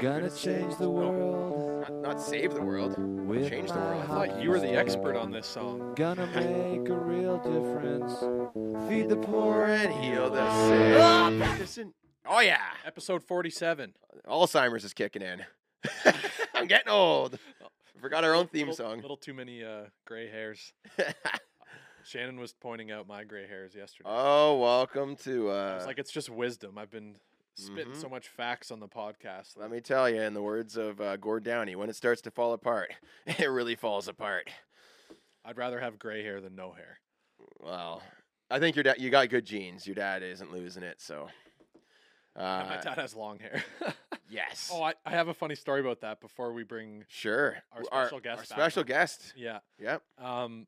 Gonna change the world. Not, not save the world, With change the world. my I thought you were the expert on this song. Gonna make a real difference. Feed the Poor poor and heal the sick. Listen- Ah, Oh yeah, Episode 47. Alzheimer's is kicking in. I'm getting old. Forgot our own theme little, song. Little too many uh, gray hairs. Shannon was pointing out my gray hairs yesterday. oh, welcome to. I Uh, mm-hmm. was like, it's just wisdom. I've been spitting so much facts on the podcast. let me tell you, in the words of uh, Gord Downey, when it starts to fall apart, it really falls apart. I'd rather have gray hair than no hair. Well, I think your dad. You got good genes. Your dad isn't losing it, so. And my Uh, dad has long hair. yes. oh, I, I have a funny story about that before we bring. sure. W- our special guest Our back special on. guest. Yeah. Yep. Um,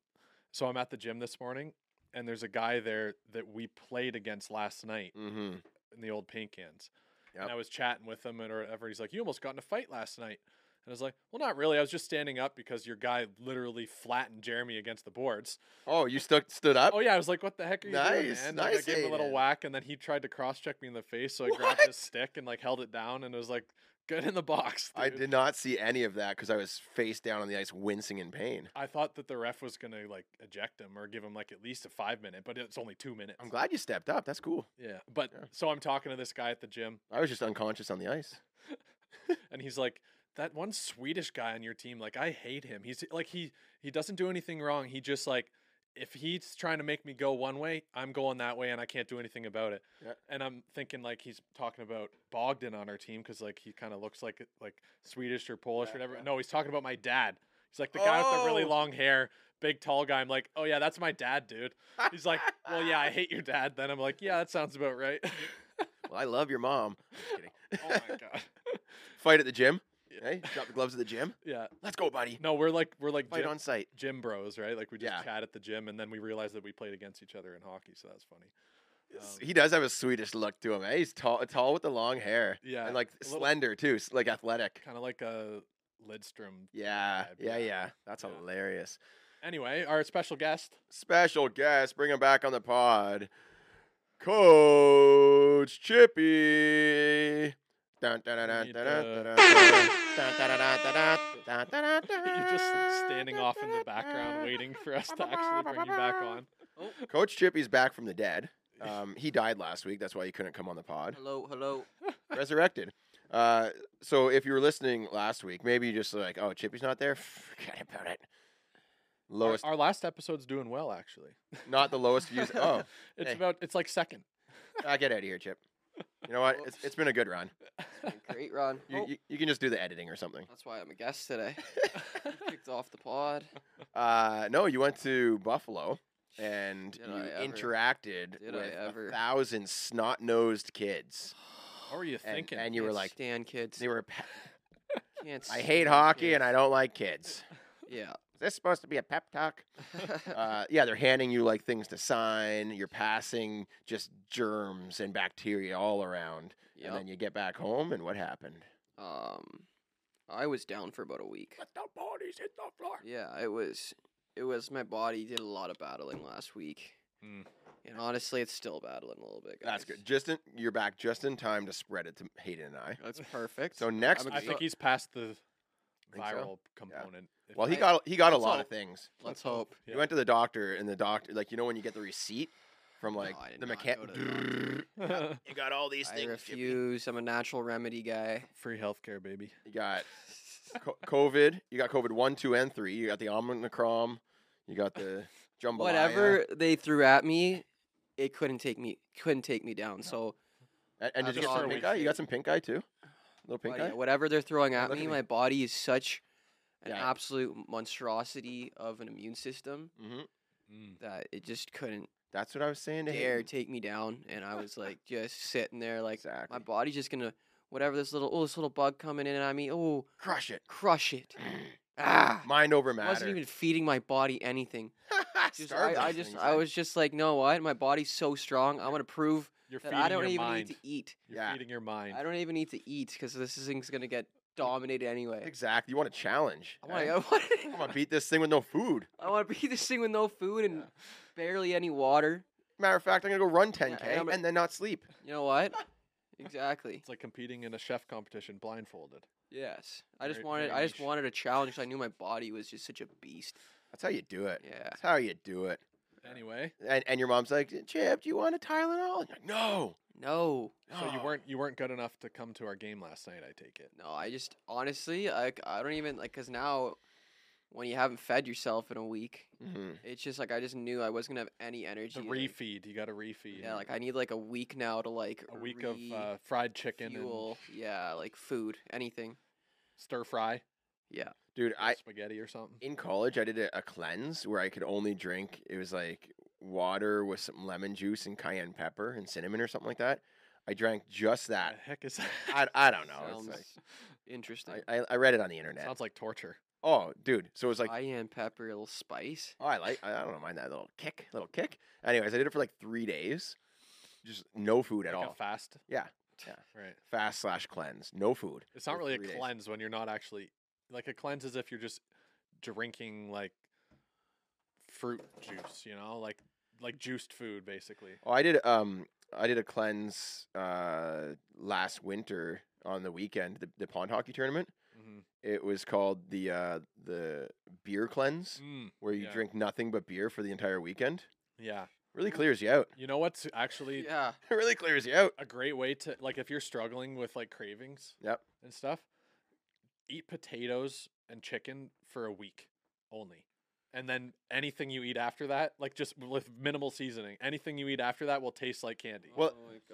so I'm at the gym this morning, and there's a guy there that we played against last night. Mm-hmm. in the old paint cans. Yep. And I was chatting with him and or whatever. He's like, You almost got in a fight last night. And I was like, Well, not really. I was just standing up because your guy literally flattened Jeremy against the boards. Oh, you stuck stood up. oh, yeah. I was like, What the heck are you doing? Nice, Man? nice, like, I gave him a little Aiden. whack and then he tried to cross check me in the face. So I grabbed his stick and like held it down and was like, Good in the box. I dude." did not see any of that because I was face down on the ice, wincing in pain. I thought that the ref was going to like eject him or give him like at least a five minute, but it's only two minutes. I'm glad you stepped up. That's cool. Yeah. But Yeah. so I'm talking to this guy at the gym I was just unconscious on the ice. and he's like that one swedish guy on your team like i hate him he's like he he doesn't do anything wrong he just like if he's trying to make me go one way i'm going that way and i can't do anything about it Yeah. and i'm thinking like he's talking about bogdan on our team because like he kind of looks like like swedish or polish or whatever no he's talking about my dad he's like the guy with the really Oh. long hair big tall guy i'm like oh yeah that's my dad dude he's like well yeah i hate your dad then i'm like yeah that sounds about right Well, I love your mom. I'm just kidding. oh my god Fight at the gym. Hey, drop the gloves at the gym. yeah Let's go, buddy. no we're like we're like Fight Jim- on site. gym bros, right? Like we just Yeah. chat at the gym, and then we realized that we played against each other in hockey, so that's funny. Um, He does have a Swedish look to him. Eh? He's tall, tall with the long hair. Yeah, and like a little- slender too, s- like athletic. Kind of like a Lidstrom. Yeah, vibe, yeah, yeah. yeah. That's Yeah. hilarious. Anyway, our special guest. Special guest, bring him back on the pod. Coach Chippy. Dun, dun, dun, dun, need, dun, dun, uh, dun, dun. Dun, dun, dun, dun, dun, dun, dun, dun, You're just standing dun, off in dun, the background, dun. waiting for us to actually bring you back on. Coach Chippy's back from the dead. Um, he died last week. That's why he couldn't come on the pod. Hello, hello. Resurrected. Uh, so if you were listening last week, maybe you just like, oh, Chippy's not there. Forget about it. Our- Lowest, Our, last episode's doing well, actually. not the lowest views. Oh, It's Hey. about. It's like second. I get out of here, Chip. You know what? It's, it's been a good run. Great run. You, Oh, you, you can just do the editing or something. that's why I'm a guest today. Kicked off the pod. Uh, no, you went to Buffalo and Did you I ever. interacted with Did I a ever. thousand snot-nosed kids, What were you and, thinking? and you were Can't like, stand kids. they were. pa- Can't I hate stand hockey and I kids. don't like kids. Yeah. Is this supposed to be a pep talk? Uh, yeah, they're handing you like things to sign. You're passing just germs and bacteria all around, Yep. and then you get back home, and what happened? um, I was down for about a week. Let the bodies hit the floor. Yeah, it was. It was. My body did a lot of battling last week, Mm. and honestly, it's still battling a little bit. Hmm. That's guys. good. Just in, you're back just in time to spread it to Hayden and I. That's perfect. So next, I'm I week, think he's past the Think so? viral component. if well, he I- got he got a Let's lot hope. of things. Let's hope. He Yeah. went to the doctor, and the doctor, like you know, when you get the receipt from No, like I did the not go mechanic, to the doctor. you got all these I things. Jimmy. refuse. I'm a natural remedy guy. Free healthcare, baby. You got co- COVID. You got COVID one, two, and three. You got the Omicron. You got the jambalaya. Whatever they threw at me, it couldn't take me. Couldn't take me down. So. And, and did you get Just some for a pink week, eye? You got dude. some pink eye too. Little pink But yeah, eye. whatever they're throwing Yeah, at look me, at my body is such an Yeah. absolute monstrosity of an immune system hmm Mm. that it just couldn't That's what I was saying to dare Hayden. take me down. And I was like, just sitting there, like Exactly. my body's just gonna whatever this little oh this little bug coming in and I mean oh Crush it. crush it. ah, Mind over I matter. wasn't even feeding my body anything. Just, Starve I, I these just things, eh? I man. was just like, no, what? My body's so strong. I want to prove You're that feeding I don't your even mind. need to eat. You're Yeah. feeding your mind. I don't even need to eat because this thing's gonna get dominated anyway. Exactly. You want a challenge. I want eh? to. I want I'm gonna beat this thing with no food. I want to be this thing with no food and barely any water. Matter of fact, I'm gonna go run 10k and I'm a- and then not sleep. You know what? exactly. It's like competing in a chef competition blindfolded. Yes. I just Very- wanted. very I just niche. wanted a challenge. 'cause I knew my body was just such a beast. That's how you do it. Yeah. That's how you do it. Anyway, And and your mom's like, Chip, do you want a Tylenol? And you're like, no. No. so you no." weren't you weren't good enough to come to our game last night. I take it. No. I just honestly, like, I don't even like, cause now, when you haven't fed yourself in a week, Mhm. it's just like I just knew I wasn't gonna have any energy. Mm. The like- refeed. You got a refeed. Yeah. Like I need like a week now to like a week of uh, fried chicken and fuel. Yeah. Like food, anything. stir fry, Yeah. Dude, I spaghetti or something. in college I did a, a cleanse where I could only drink it was like water with some lemon juice and cayenne pepper and cinnamon or something like that. I drank just The that. heck is that? I, I don't know. It's Sounds like- interesting. I, I, I read it on the internet. Sounds like torture. oh, dude. So it was like Cayenne pepper, a little spice. Oh, I like. I I don't mind that little kick, little kick. Anyways, I did it for like three days, just no food at like a all. fast. Yeah, yeah. Right. Fast slash cleanse, no food. It's not for really a three days. cleanse when you're not actually like a cleanse is if you're just drinking like fruit juice, you know, like like juiced food basically. Oh, I did. Um, I did a cleanse uh last winter on the weekend, the, the pond hockey tournament. Mhm. It was called the uh the beer cleanse, Mm, where you yeah. drink nothing but beer for the entire weekend. yeah. Really clears you out. You know what's actually Yeah. It really clears you out. a great way to like if you're struggling with like cravings Yep. and stuff, eat potatoes and chicken for a week only. And then anything you eat after that, like just with minimal seasoning, anything you eat after that will taste like candy. Well,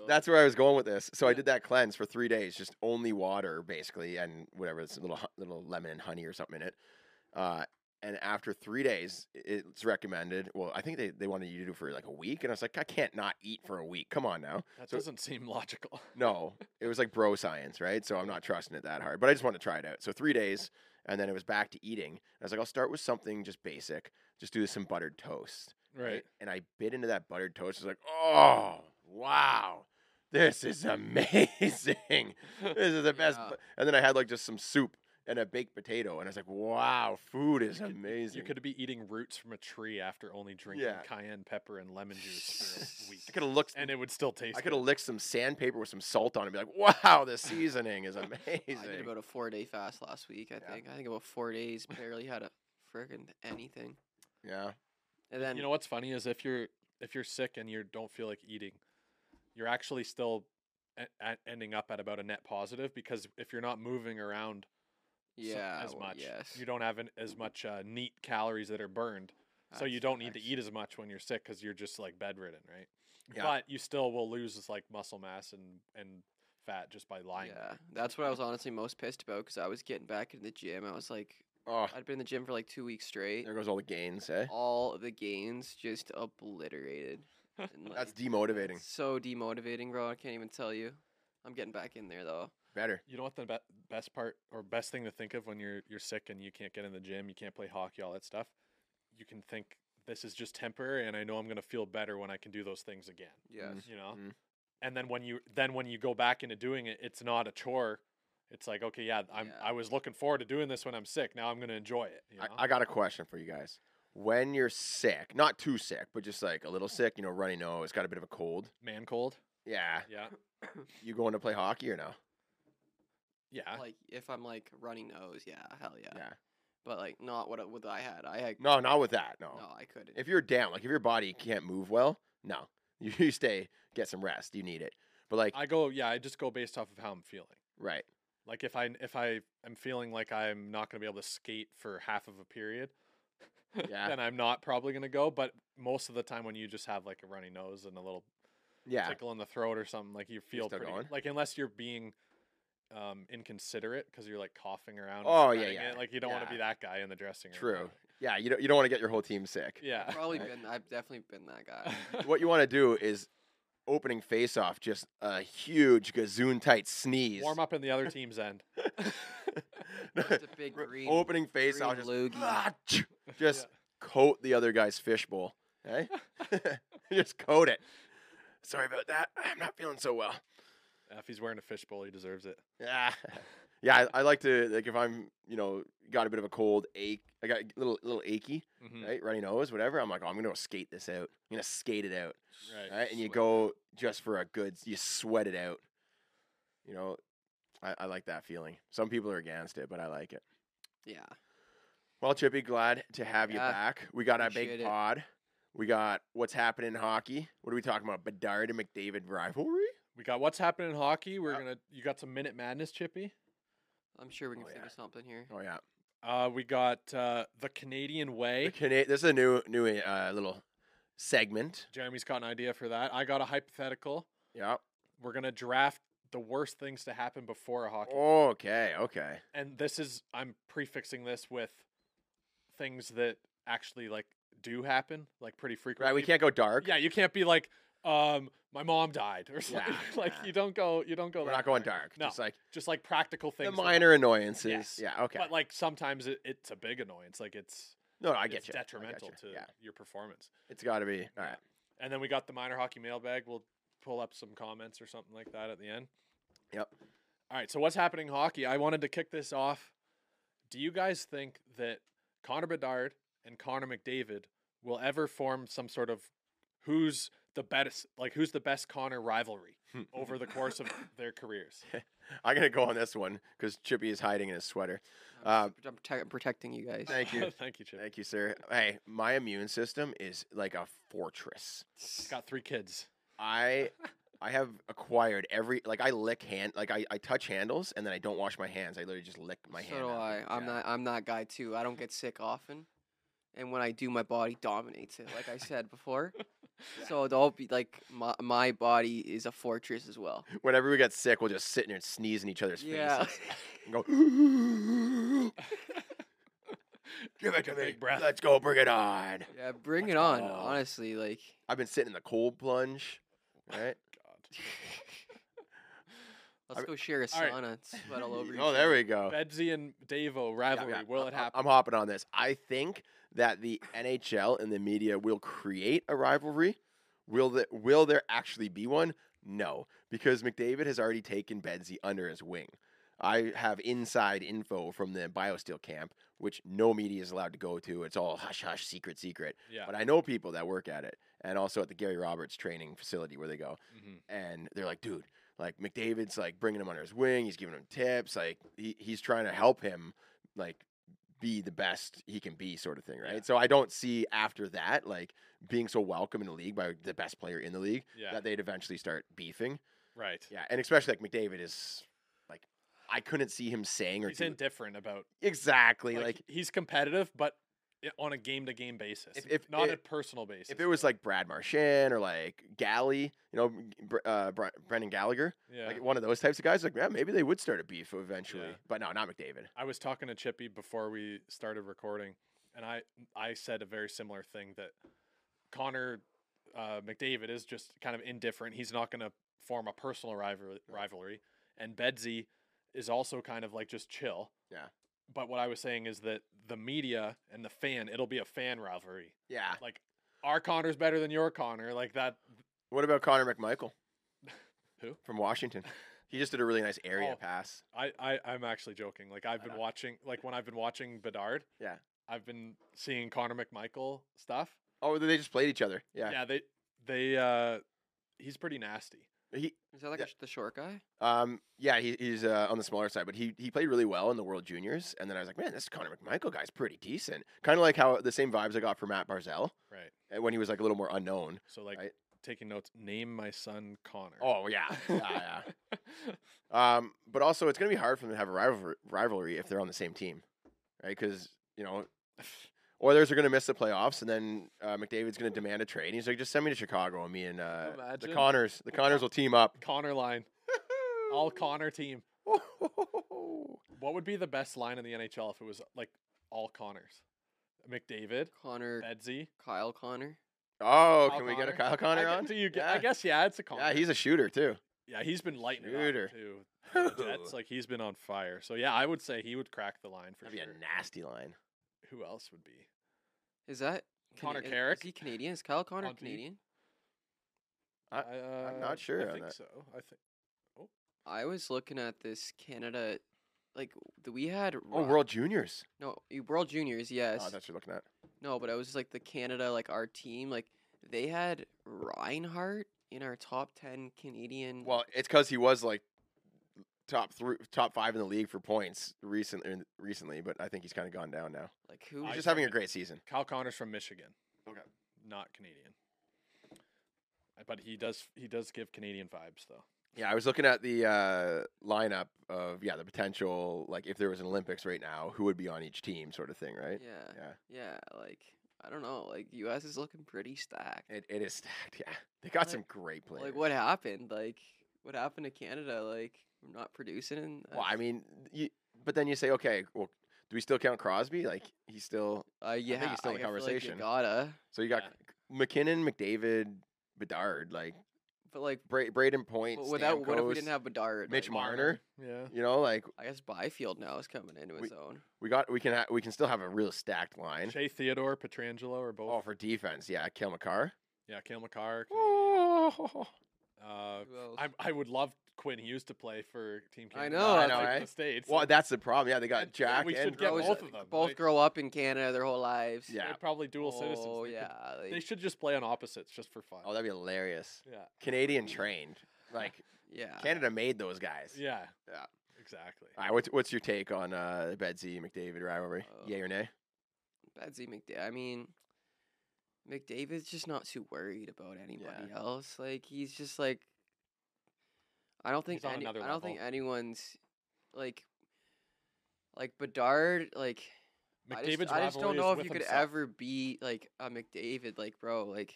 That's where I was going with this. So I did that cleanse for three days, just only water basically, and whatever, it's a little hu- little lemon and honey or something in it. Uh, and after three days, i- it's recommended. Well, I think they, they wanted you to do it for like a week, and I was like, I can't not eat for a week. Come on now. that so- doesn't seem logical. No, it was like bro science, right? So I'm not trusting it that hard, but I just wanted to try it out. So three days, and then it was back to eating. I was like, I'll start with something just basic. Just do some buttered toast Right. and I bit into that buttered toast. I was like, oh, wow, this is amazing. this is the best. Yeah. bu-" And then I had like just some soup and a baked potato, and I was like, wow, food is You could- amazing. You could be eating roots from a tree after only drinking Yeah. cayenne pepper and lemon juice for a week. I could have looked. And it would still taste I could have good. licked some sandpaper with some salt on it and be like, wow, the seasoning is I did amazing. about a four day fast last week, I Yeah. think. I think about four days, barely had a frickin' anything. yeah. And then, You know what's funny is if you're if you're sick and you don't feel like eating, you're actually still e- e- ending up at about a net positive because if you're not moving around so- yeah, as well, much, Yes. you don't have an, as much uh, neat calories that are burned. so you That's don't need to facts. eat as much when you're sick because you're just like bedridden, right? Yeah. But you still will lose like muscle mass and and fat just by lying. there. Yeah, that's what I was honestly most pissed about because I was getting back in the gym. I was like, Oh, I'd been in the gym for like two weeks straight. there goes all the gains, eh? All of the gains just obliterated. And like, That's demotivating. so demotivating, bro. I can't even tell you. I'm getting back in there though. Better. You know what the be- best part or best thing to think of when you're you're sick and you can't get in the gym, you can't play hockey, all that stuff. You can think this is just temporary, and I know I'm gonna feel better when I can do those things again. Yes. Mm-hmm. You know, Mm. and then when you then when you go back into doing it, it's not a chore. It's like okay, yeah, I'm Yeah. I was looking forward to doing this when I'm sick. Now I'm gonna enjoy it. You know? I, I got a question for you guys. When you're sick, not too sick, but just like a little sick, you know, runny nose, got a bit of a cold. man cold. Yeah. Yeah, You going to play hockey or no? yeah. Like if I'm like running nose, yeah, hell yeah. Yeah. But like not what I- what I had. I had No, not with that. No. no, I couldn't. If you're down, like if your body can't move well, no. You, you stay, get some rest. You need it. But like, I go, yeah, I just go based off of how I'm feeling. right. Like if I if I am feeling like I'm not going to be able to skate for half of a period, Yeah. then I'm not probably going to go. But most of the time, when you just have like a runny nose and a little Yeah. tickle in the throat or something, like you feel still pretty going? like unless you're being um, inconsiderate because you're like coughing around. and Oh, yeah, spreading yeah, it, Like you don't want yeah. to be that guy in the dressing room. True. Yeah. You don't, you don't want to get your whole team sick. Yeah. Probably Right. been. I've definitely been that guy. What you want to do is opening face off, just a huge gazoon tight sneeze. Warm up in the other team's end. It's a big R- green- opening face off, just, green ah, tch, just coat the other guy's fishbowl. Okay? just coat it. Sorry about that. I'm not feeling so well. Yeah, if he's wearing a fishbowl, he deserves it. Yeah. Yeah, I, I like to like if I'm, you know, got a bit of a cold ache, I got a little little achy, Mm. Mhm. right? Runny nose, whatever. I'm like, oh, I'm gonna go skate this out. I'm gonna skate it out, Right. right? And you go just for a good, you sweat it out. You know, I, I like that feeling. Some people are against it, but I like it. Yeah. Well, Chippy, glad to have you Yeah, back. We got our big appreciate it. pod. We got what's happening in hockey. What are we talking about? Bedard and McDavid rivalry. We got what's happening in hockey. We're Yep. gonna. You got some minute madness, Chippy. I'm sure we can Oh, think yeah. of something here. Oh yeah, Uh, we got uh, the Canadian The way. Cana- this is a new new uh, little segment. Jeremy's got an idea for that. I got a hypothetical. Yeah. We're gonna draft the worst things to happen before a hockey. Okay, okay. And this is I'm prefixing this with things that actually like do happen, like pretty frequently. Right, we can't go dark. Yeah, you can't be like, um, my mom died or something. Yeah, like yeah. you don't go. You don't go. We're that not going far. dark. No, Just like just like practical things. the that minor annoyances. Yes. Yeah, okay. But like sometimes it, it's a big annoyance. Like it's no, no, I it's get you. I get detrimental you. to Yeah, your performance. it's got to be. All right. And then we got the minor hockey mailbag. We'll pull up some comments or something like that at the end. Yep. All right. So what's happening in hockey? I wanted to kick this off. Do you guys think that Connor Bedard and Connor McDavid will ever form some sort of who's the best like who's the best Connor rivalry over the course of their careers? I'm going to go on this one because Chippy is hiding in his sweater. I'm, Um, just- I'm protect- I'm protecting you guys. Thank you. Thank you, Chip. Thank you, sir. Hey, my immune system is like a fortress. Got three kids. I I have acquired every like I lick hand like I, I touch handles and then I don't wash my hands. I literally just lick my so hand. do I. after. I'm Yeah. that. I'm that guy too. I don't get sick often, and when I do, my body dominates it. Like I said before. So don't be like my my body is a fortress as well. Whenever we get sick, we'll just sit in there and sneeze in each other's Yeah. faces and go Give it to me. Big breath. Let's go. Bring it on. Yeah, bring Let's it on. go. Honestly, like I've been sitting in the cold plunge. Right? let's I- go share a all right. sauna and sweat all over. each oh, there other. we go. Bedsy and Davo Yeah, rivalry. yeah, Will it I'm- I'm- happen? I'm hopping on this. I think that the NHL and the media will create a rivalry. Will the, Will there actually be one? No, because McDavid has already taken Bedsy under his wing. I have inside info from the BioSteel camp, which no media is allowed to go to. It's all hush hush, secret, secret. yeah. But I know people that work at it, and also at the Gary Roberts training facility where they go hmm and they're like, dude, like McDavid's like bringing him under his wing. He's giving him tips. Like he, he's trying to help him, like be the best he can be, sort of thing, right? Yeah. So I don't see after that like being so welcome in the league by the best player in the league Yeah. that they'd eventually start beefing. right. Yeah, and especially like McDavid is like I couldn't see him saying or He's do- indifferent about exactly like, like he's competitive, but i- on a game to game basis, If- if not it- a personal basis. if it was like Brad Marchand or like Galley, you know, Br- uh, Br- Brendan Gallagher, yeah, like one of those types of guys, like yeah, maybe they would start a beef eventually, Yeah. but no, not McDavid. I was talking to Chippy before we started recording, and I I said a very similar thing that Connor uh, McDavid is just kind of indifferent. He's not going to form a personal rival- rivalry, and Bedsy is also kind of like just chill. Yeah. But what I was saying is that the media and the fan, it'll be a fan rivalry. Yeah. Like our Connor's better than your Connor. Like that. What about Connor McMichael? Who? From Washington. He just did a really nice area Oh. pass. I, I I'm actually joking. Like I've been know. watching, like when I've been watching Bedard, Yeah. I've been seeing Connor McMichael stuff. Oh, they just played each other. Yeah. Yeah, they they uh, he's pretty nasty. He Is that like Yeah. a sh the short guy? um yeah, he, he's uh, on the smaller side, but he he played really well in the World Juniors and then I was like, "Man, this Connor McMichael guy's pretty decent." Kind of like how the same vibes I got from Matt Barzell Right. uh, when he was like a little more unknown. So like Right. taking notes. Name my son Uh, Connor. Oh, yeah. yeah, yeah. Um but also it's going to be hard for them to have a rival- rivalry if they're on the same team. Right? Cuz, you know, Oilers are going to miss the playoffs, and then uh, McDavid's going to demand a trade. And he's like, "Just send me to Chicago, and me and uh, the Imagine. Connors, the Connors will team up." Connor line. All Connor team. What would be the best line in the NHL if it was like all Connors? McDavid, Connor, Bedsy, Kyle Connor. Oh, Kyle can we get a Kyle Connor? Connor I, on? gu- do you get, yeah. I guess yeah, it's a Connor. Yeah, he's a shooter too. yeah, he's been lighting Shooter. it up too. for the Jets like he's been on fire. So yeah, I would say he would crack the line for That'd be sure. a nasty line. Who else would be? Is that Connor Cana- is- Carrick? Is he Canadian? Is Kyle Connor I'll do- Canadian? I- I, I'm not uh, sure on I think that. so. I think I was looking at this Canada, like th- we had. Oh, Ro- World Juniors. No, y- World Juniors. Yes. Oh, that's what you're looking at. no, but I was like the Canada, like our team, like they had Reinhardt in our top ten Canadian. Well, it's because he was like top three, top five in the league for points recently. Recently, but I think he's kind of gone down now. like who? He's I just having a second. great season. Kyle Connor's from Michigan. Okay. Not Canadian. Uh, But he does he does give Canadian vibes though. Yeah, I was looking at the uh, lineup of yeah the potential like if there was an Olympics right now, who would be on each team, sort of thing, right? Yeah, Yeah. yeah. Like I don't know. Like U.S. is looking pretty stacked. It, it is stacked. Yeah, they got Like- some great players. Like what happened? Like what happened to Canada? Like we're not producing. Well, I That's- mean, you, but then you say, okay, well, do we still count Crosby? Like he's still. uh, yeah, he's still in I feel Like you conversation. gotta, So you got Yeah. McKinnon, McDavid, Bedard, like but like Bra- Braden Point, but without what if we Stamkos, didn't have Bedard? Mitch like, Marner. Yeah. You know, like I guess Byfield now is coming into his own. we got we can ha- we can still have a real stacked line. Shea Theodore, Petrangelo, or both. Oh, for defense, yeah, Kale McCarr. yeah, Kale McCarr. Oh, Uh, Who else? I I would love Quinn Hughes to play for Team Canada. I know, like I know, the eh? States. well, like, that's the problem. Yeah, they got And- Jack we should and get Grows- both of them, Both like- grow up in Canada their whole lives. Yeah. they're probably dual citizens. Oh They could- yeah. they like, should just play on opposites just for fun. Oh, that'd be hilarious. yeah. Canadian trained. Like yeah. Canada made those guys. Yeah. Yeah. Exactly. All right, what's what's your take on uh, Betsy McDavid rivalry? Uh, Yay or nay? Betsy McDavid. I mean, McDavid's just not too worried about anybody else. Like he's just like, I don't think He's on any, I another don't think level. anyone's like, like Bedard. Like I McDavid's just, I just rivalry don't is know if with you could himself. ever be like a McDavid. Like bro, like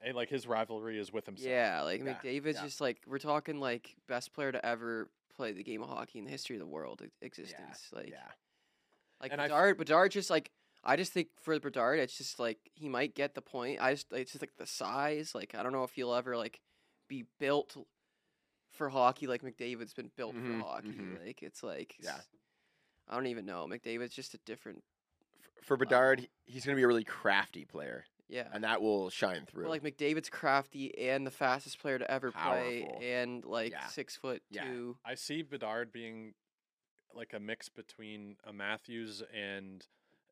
Hey, like his rivalry is with himself. yeah, like Yeah, McDavid's yeah. just like we're talking like best player to ever play the game of hockey in the history of the world e- existence. Like yeah. Like And I f- Bedard, Bedard just like I just think for Bedard, it's just like he might get the point. I just it's just like the size. Like I don't know if he'll ever like be built for hockey like McDavid's been built Mhm, for hockey. mhm. Like it's like Yeah. s- I don't even know. McDavid's just a different F- uh, For Bedard, he- he's going to be a really crafty player, yeah. and that will shine through. But, like McDavid's crafty and the fastest player to ever Powerful. play, and like Yeah. six foot Yeah. two. I see Bedard being like a mix between a Matthews and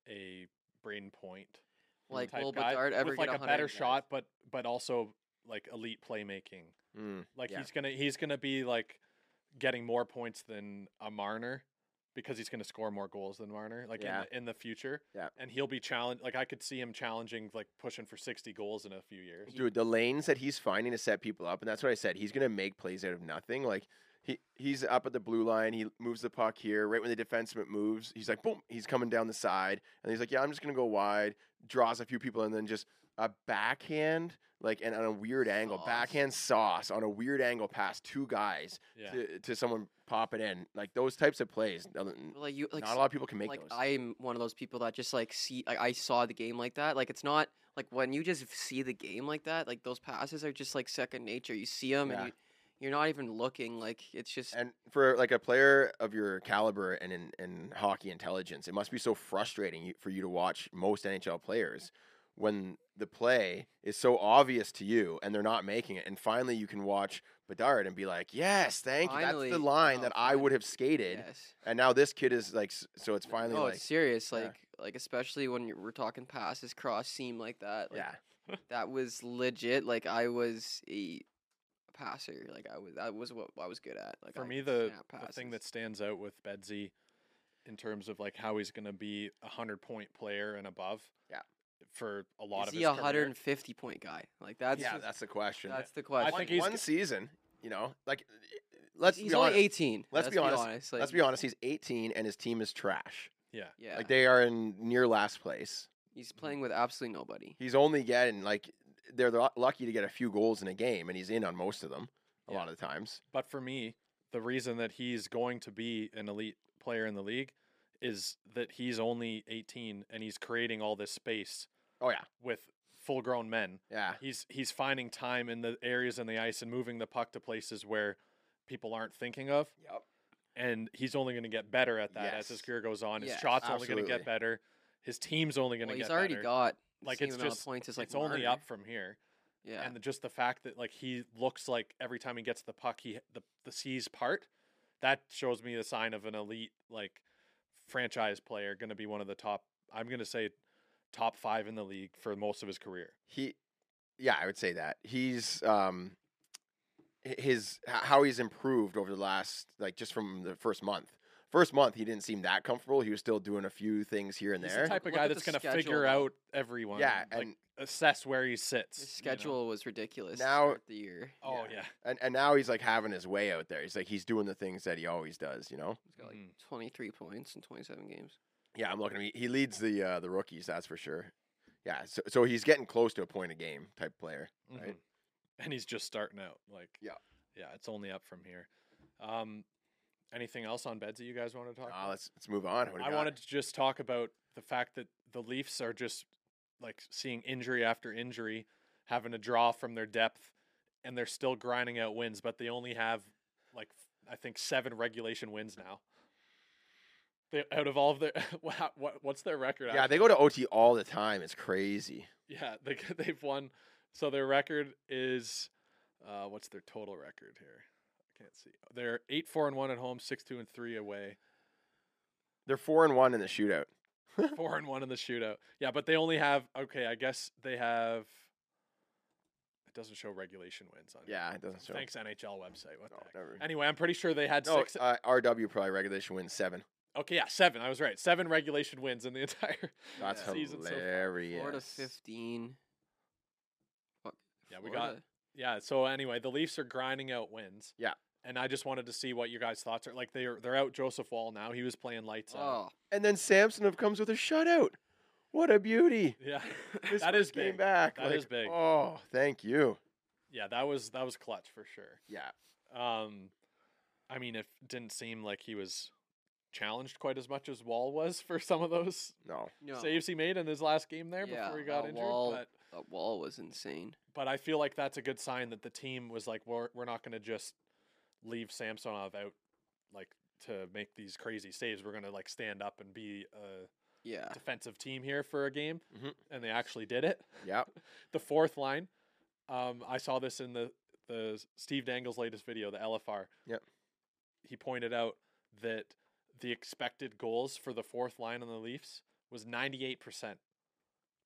a Brain Point. Like type will guy Bedard ever with like get a 100? better shot, but but also like elite playmaking. Mm, Like yeah. he's gonna he's gonna be like getting more points than a Marner because he's gonna score more goals than Marner. Like Yeah. in, the, in the future, Yeah. And he'll be challenged. Like I could see him challenging like pushing for sixty goals in a few years. dude, the lanes that he's finding to set people up, and that's what I said. He's going to make plays out of nothing. Like he he's up at the blue line. He moves the puck here, right when the defenseman moves. He's like, boom, he's coming down the side, and he's like, yeah, I'm just going to go wide. Draws a few people, and then just a backhand, like, and on a weird angle, Sauce. backhand sauce on a weird angle past two guys Yeah, to, to someone popping in. Like those types of plays. Not Like you like a lot of people can make like those. I'm one of those people that just like see like I saw the game like that. Like it's not like when you just see the game like that, like those passes are just like second nature. You see them Yeah. and you, you're not even looking. Like it's just And for like a player of your caliber and in, in hockey intelligence, it must be so frustrating you- for you to watch most NHL players when the play is so obvious to you and they're not making it. And finally, you can watch Bedard and be like, "Yes, thank you. Finally. That's the line Oh, that I would finally. have skated." yes. And now this kid is like, s- so it's finally No, like, Oh, it's serious. yeah. Like like especially when you're, we're talking passes cross seam like that. Like, yeah, that was legit. Like I was a passer. Like I was that was what I was good at. Like for I me could the, snap the thing passes. that stands out with Bedsy in terms of like how he's going to be a 100 point player and above Yeah. for a lot is of he his a career. 150 point guy? Like that's yeah. That's the question. that's the I question. one, think he's one g- season. You know, like let's he's be only honest. 18. Let's be honest. Like, let's be honest. He's 18 and his team is trash. yeah Yeah. Like they are in near last place. he's playing with absolutely nobody. he's only getting like they're lu- lucky to get a few goals in a game, and he's in on most of them a Yeah. lot of the times. but for me the reason that he's going to be an elite player in the league is that he's only 18 and he's creating all this space Oh yeah, with full grown men. Yeah. He's he's finding time in the areas in the ice and moving the puck to places where people aren't thinking of. Yep. And he's only going to get better at that as his Yes. career goes on. His Yes. shots only going to Absolutely. get better. His team's only going to well, get he's already better. got the Like, same it's amount just- of points as like it's only Marner. up from here. Yeah, and the, just the fact that like he looks like every time he gets the puck he the, the sees part that shows me the sign of an elite like franchise player going to be one of the top i'm going to say top 5 in the league for most of his career He, yeah, I would say that he's um, h- his h- how he's improved over the last like just from the first month. First month he didn't seem that comfortable. He was still doing a few things here and he's there. the type of Look guy at the that's going to schedule, figure though. out everyone yeah, like, and assess where he sits his you know? schedule was ridiculous. to Now- start the year, oh yeah. yeah and and now he's like having his way out there. He's like he's doing the things that he always does. You know. he's got like Mhm. 23 points in 27 games. Yeah, I'm looking at him. He- He leads the uh, the rookies, that's for sure. Yeah, so so he's getting close to a point a game type player. Right. Mhm. and he's just starting out like Yeah. yeah it's only up from here um anything else on beds that you guys want to talk Uh, about let's let's move on. What do you I got? wanted to just talk about the fact that the Leafs are just like seeing injury after injury, having to draw from their depth, and they're still grinding out wins, but they only have like I think seven regulation wins now. They, out of all of their what, what what's their record? yeah, they go to OT all the time. It's crazy. Yeah, they g- they've won. So their record is, uh, what's their total record here? I can't see. They're eight four and one at home, six two and three away, They're four and one in the shootout. four and one in the shootout. Yeah, but they only have okay. I guess they have. It doesn't show regulation wins on. here. Yeah, it doesn't show. Thanks NHL website. What No, the heck? never. Anyway, I'm pretty sure they had No, six. uh, RW probably regulation wins seven. okay, yeah, seven. I was right. Seven regulation wins in the entire That's Yeah. season. So far. hilarious. Florida 15. Fuck. Yeah, we got- Yeah. So anyway, the Leafs are grinding out wins. Yeah. And I just wanted to see what your guys' thoughts are. Like they're they're out Joseph Wall now. He was playing lights out. Oh, And then Samsonov comes with a shutout. What a beauty! Yeah. This That is came big. back. That like, is big. Oh, thank you. Yeah, that was that was clutch for sure. Yeah, Um I mean, it didn't seem like he was challenged quite as much as Wall was for some of those no. no. saves he made in his last game there Yeah, before he got uh, injured. Wall- But That wall was insane. but I feel like that's a good sign that the team was like, we're we're not going to just leave Samsonov out like to make these crazy saves. We're going to like stand up and be a Yeah. Mm-hmm. defensive team here for a game, Mhm. and they actually did it. Yep. The fourth line, um, I saw this in the the s- Steve Dangle's latest video, the LFR. Yep. He pointed out that the expected goals for the fourth line on the Leafs was ninety eight percent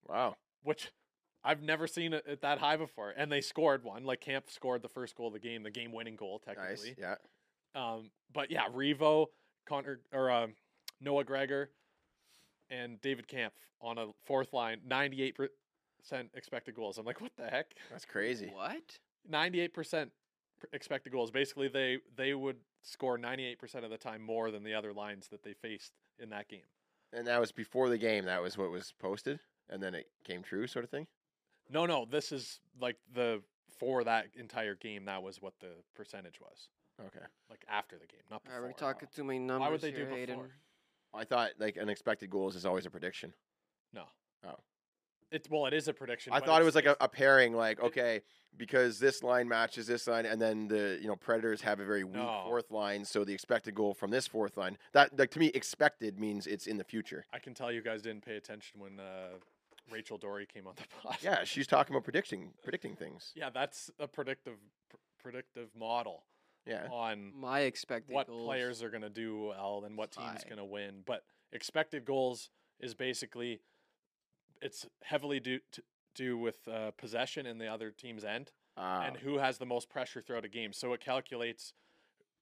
Wow. which I've never seen it at that high before. And they scored one. Like Camp scored the first goal of the game, the game winning goal Nice. technically. Yeah. Um, but yeah, Revo, Connor or um, Noah Gregor, and David Camp on a fourth line, ninety eight percent expected goals. I'm like, what the heck? That's crazy. What? Ninety eight percent expected goals. Basically, they they would score ninety eight percent of the time more than the other lines that they faced in that game. And that was before the game. That was what was posted, and then it came true, sort of thing. No, no, this is like the for that entire game. That was what the percentage was. Okay. like after the game, not All before. right, we're talking too many numbers. Why would they do here, Hayden. before? I thought like unexpected goals is always a prediction. No. Oh. It well, it is a prediction. I but thought it was it's- like a, it's- a pairing, like okay, because this line matches this line, and then the you know Predators have a very weak No. fourth line, so the expected goal from this fourth line that like to me expected means it's in the future. I can tell you guys didn't pay attention when uh, Rachel Dory came on the pod. Yeah, she's talking about predicting predicting things. yeah, that's a predictive pr- predictive model Yeah, on My expected Mm. what goals. players are going to do well and what team's Fine. going to win. But expected goals is basically it's heavily due to do with uh, possession in the other team's end. uh, and who has the most pressure throughout a game. So it calculates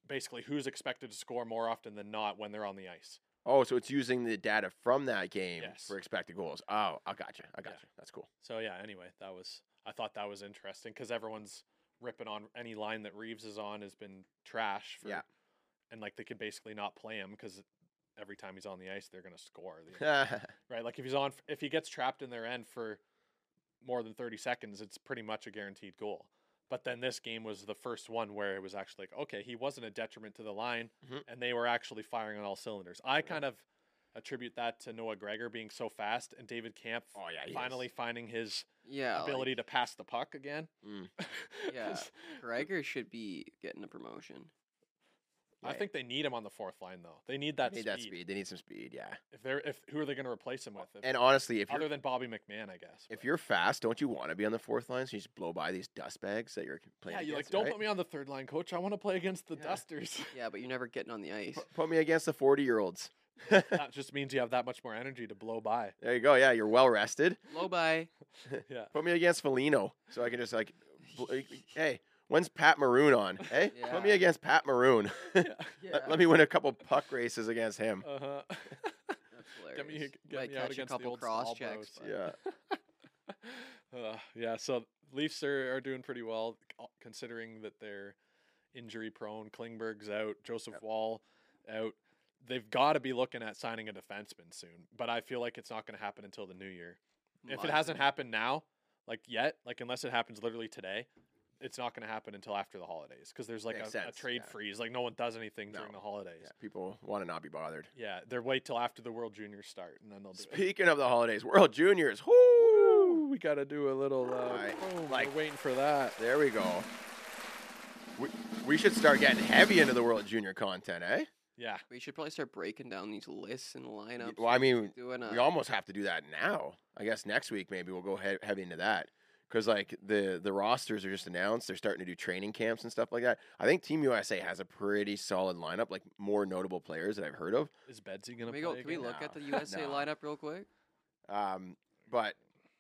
basically who's expected to score more often than not when they're on the ice. oh, so it's using the data from that game Yes. for expected goals. Oh, I gotcha, I gotcha. That's cool. So yeah, anyway, that was I thought that was interesting because everyone's ripping on any line that Reeves is on has been trash for Yeah. and like they could basically not play him because every time he's on the ice they're gonna score. the- right? Like if he's on if he gets trapped in their end for more than 30 seconds, it's pretty much a guaranteed goal. But then this game was the first one where it was actually like, okay, he wasn't a detriment to the line Mhm. and they were actually firing on all cylinders. I kind of attribute that to Noah Gregor being so fast and David Camp Oh yeah, he is. finally finding his Yeah. like, ability to pass the puck again. Mm. Yeah. 'Cause Gregor should be getting a promotion. I Yeah. think they need him on the fourth line though. They need that, They need speed. that speed. They need some speed. Yeah. If they're if who are they going to replace him with? If, And honestly, if other you're than Bobby McMahon, I guess. if but- you're fast, don't you want to be on the fourth line? So you just blow by these dust bags that you're playing. yeah, you like against, don't right? put me on the third line, coach. I want to play against the Yeah. Dusters. Yeah, but you're never getting on the ice. Pu- put me against the forty year olds. that just means you have that much more energy to blow by. There you go. Yeah, you're well rested. Low by. Yeah. Put me against Felino, so I can just like, bl- hey, when's Pat Maroon on? Hey, put me Yeah. against Pat Maroon. let, Yeah. let me win a couple puck races against him. Uh-huh. That's get me hilarious. get Might me out catch a against the couple old cross small checks, bros. but- Yeah, Uh, yeah, so Leafs are, are doing pretty well c- uh, considering that they're injury prone. Klingberg's out, Joseph Wall out. They've got to be looking at signing a defenseman soon, but I feel like it's not going to happen until the new year. If it hasn't happened now, like yet, like unless it happens literally today, it's not going to happen until after the holidays because there's like Makes a, a sense, trade yeah. freeze. Like no one does anything during No, the holidays. yeah. People want to not be bothered. Yeah, they're wait till after the World Juniors start, and then they'll do it. Speaking of the holidays, World Juniors. Whoo! We got to do a little. Uh, Alright, boom, like- we're waiting for that. There we go. We, we should start getting heavy into the World Junior content, eh? Yeah, We should probably start breaking down these lists and lineups. uh, Well, I mean, doing a we almost have to do that now. I guess next week maybe we'll go he- heavy into that because like the the rosters are just announced. They're starting to do training camps and stuff like that. I think Team USA has a pretty solid lineup, like more notable players that I've heard of. is Betsy gonna can play? we, go, can we again? look at No. the USA No. lineup real quick? Um, but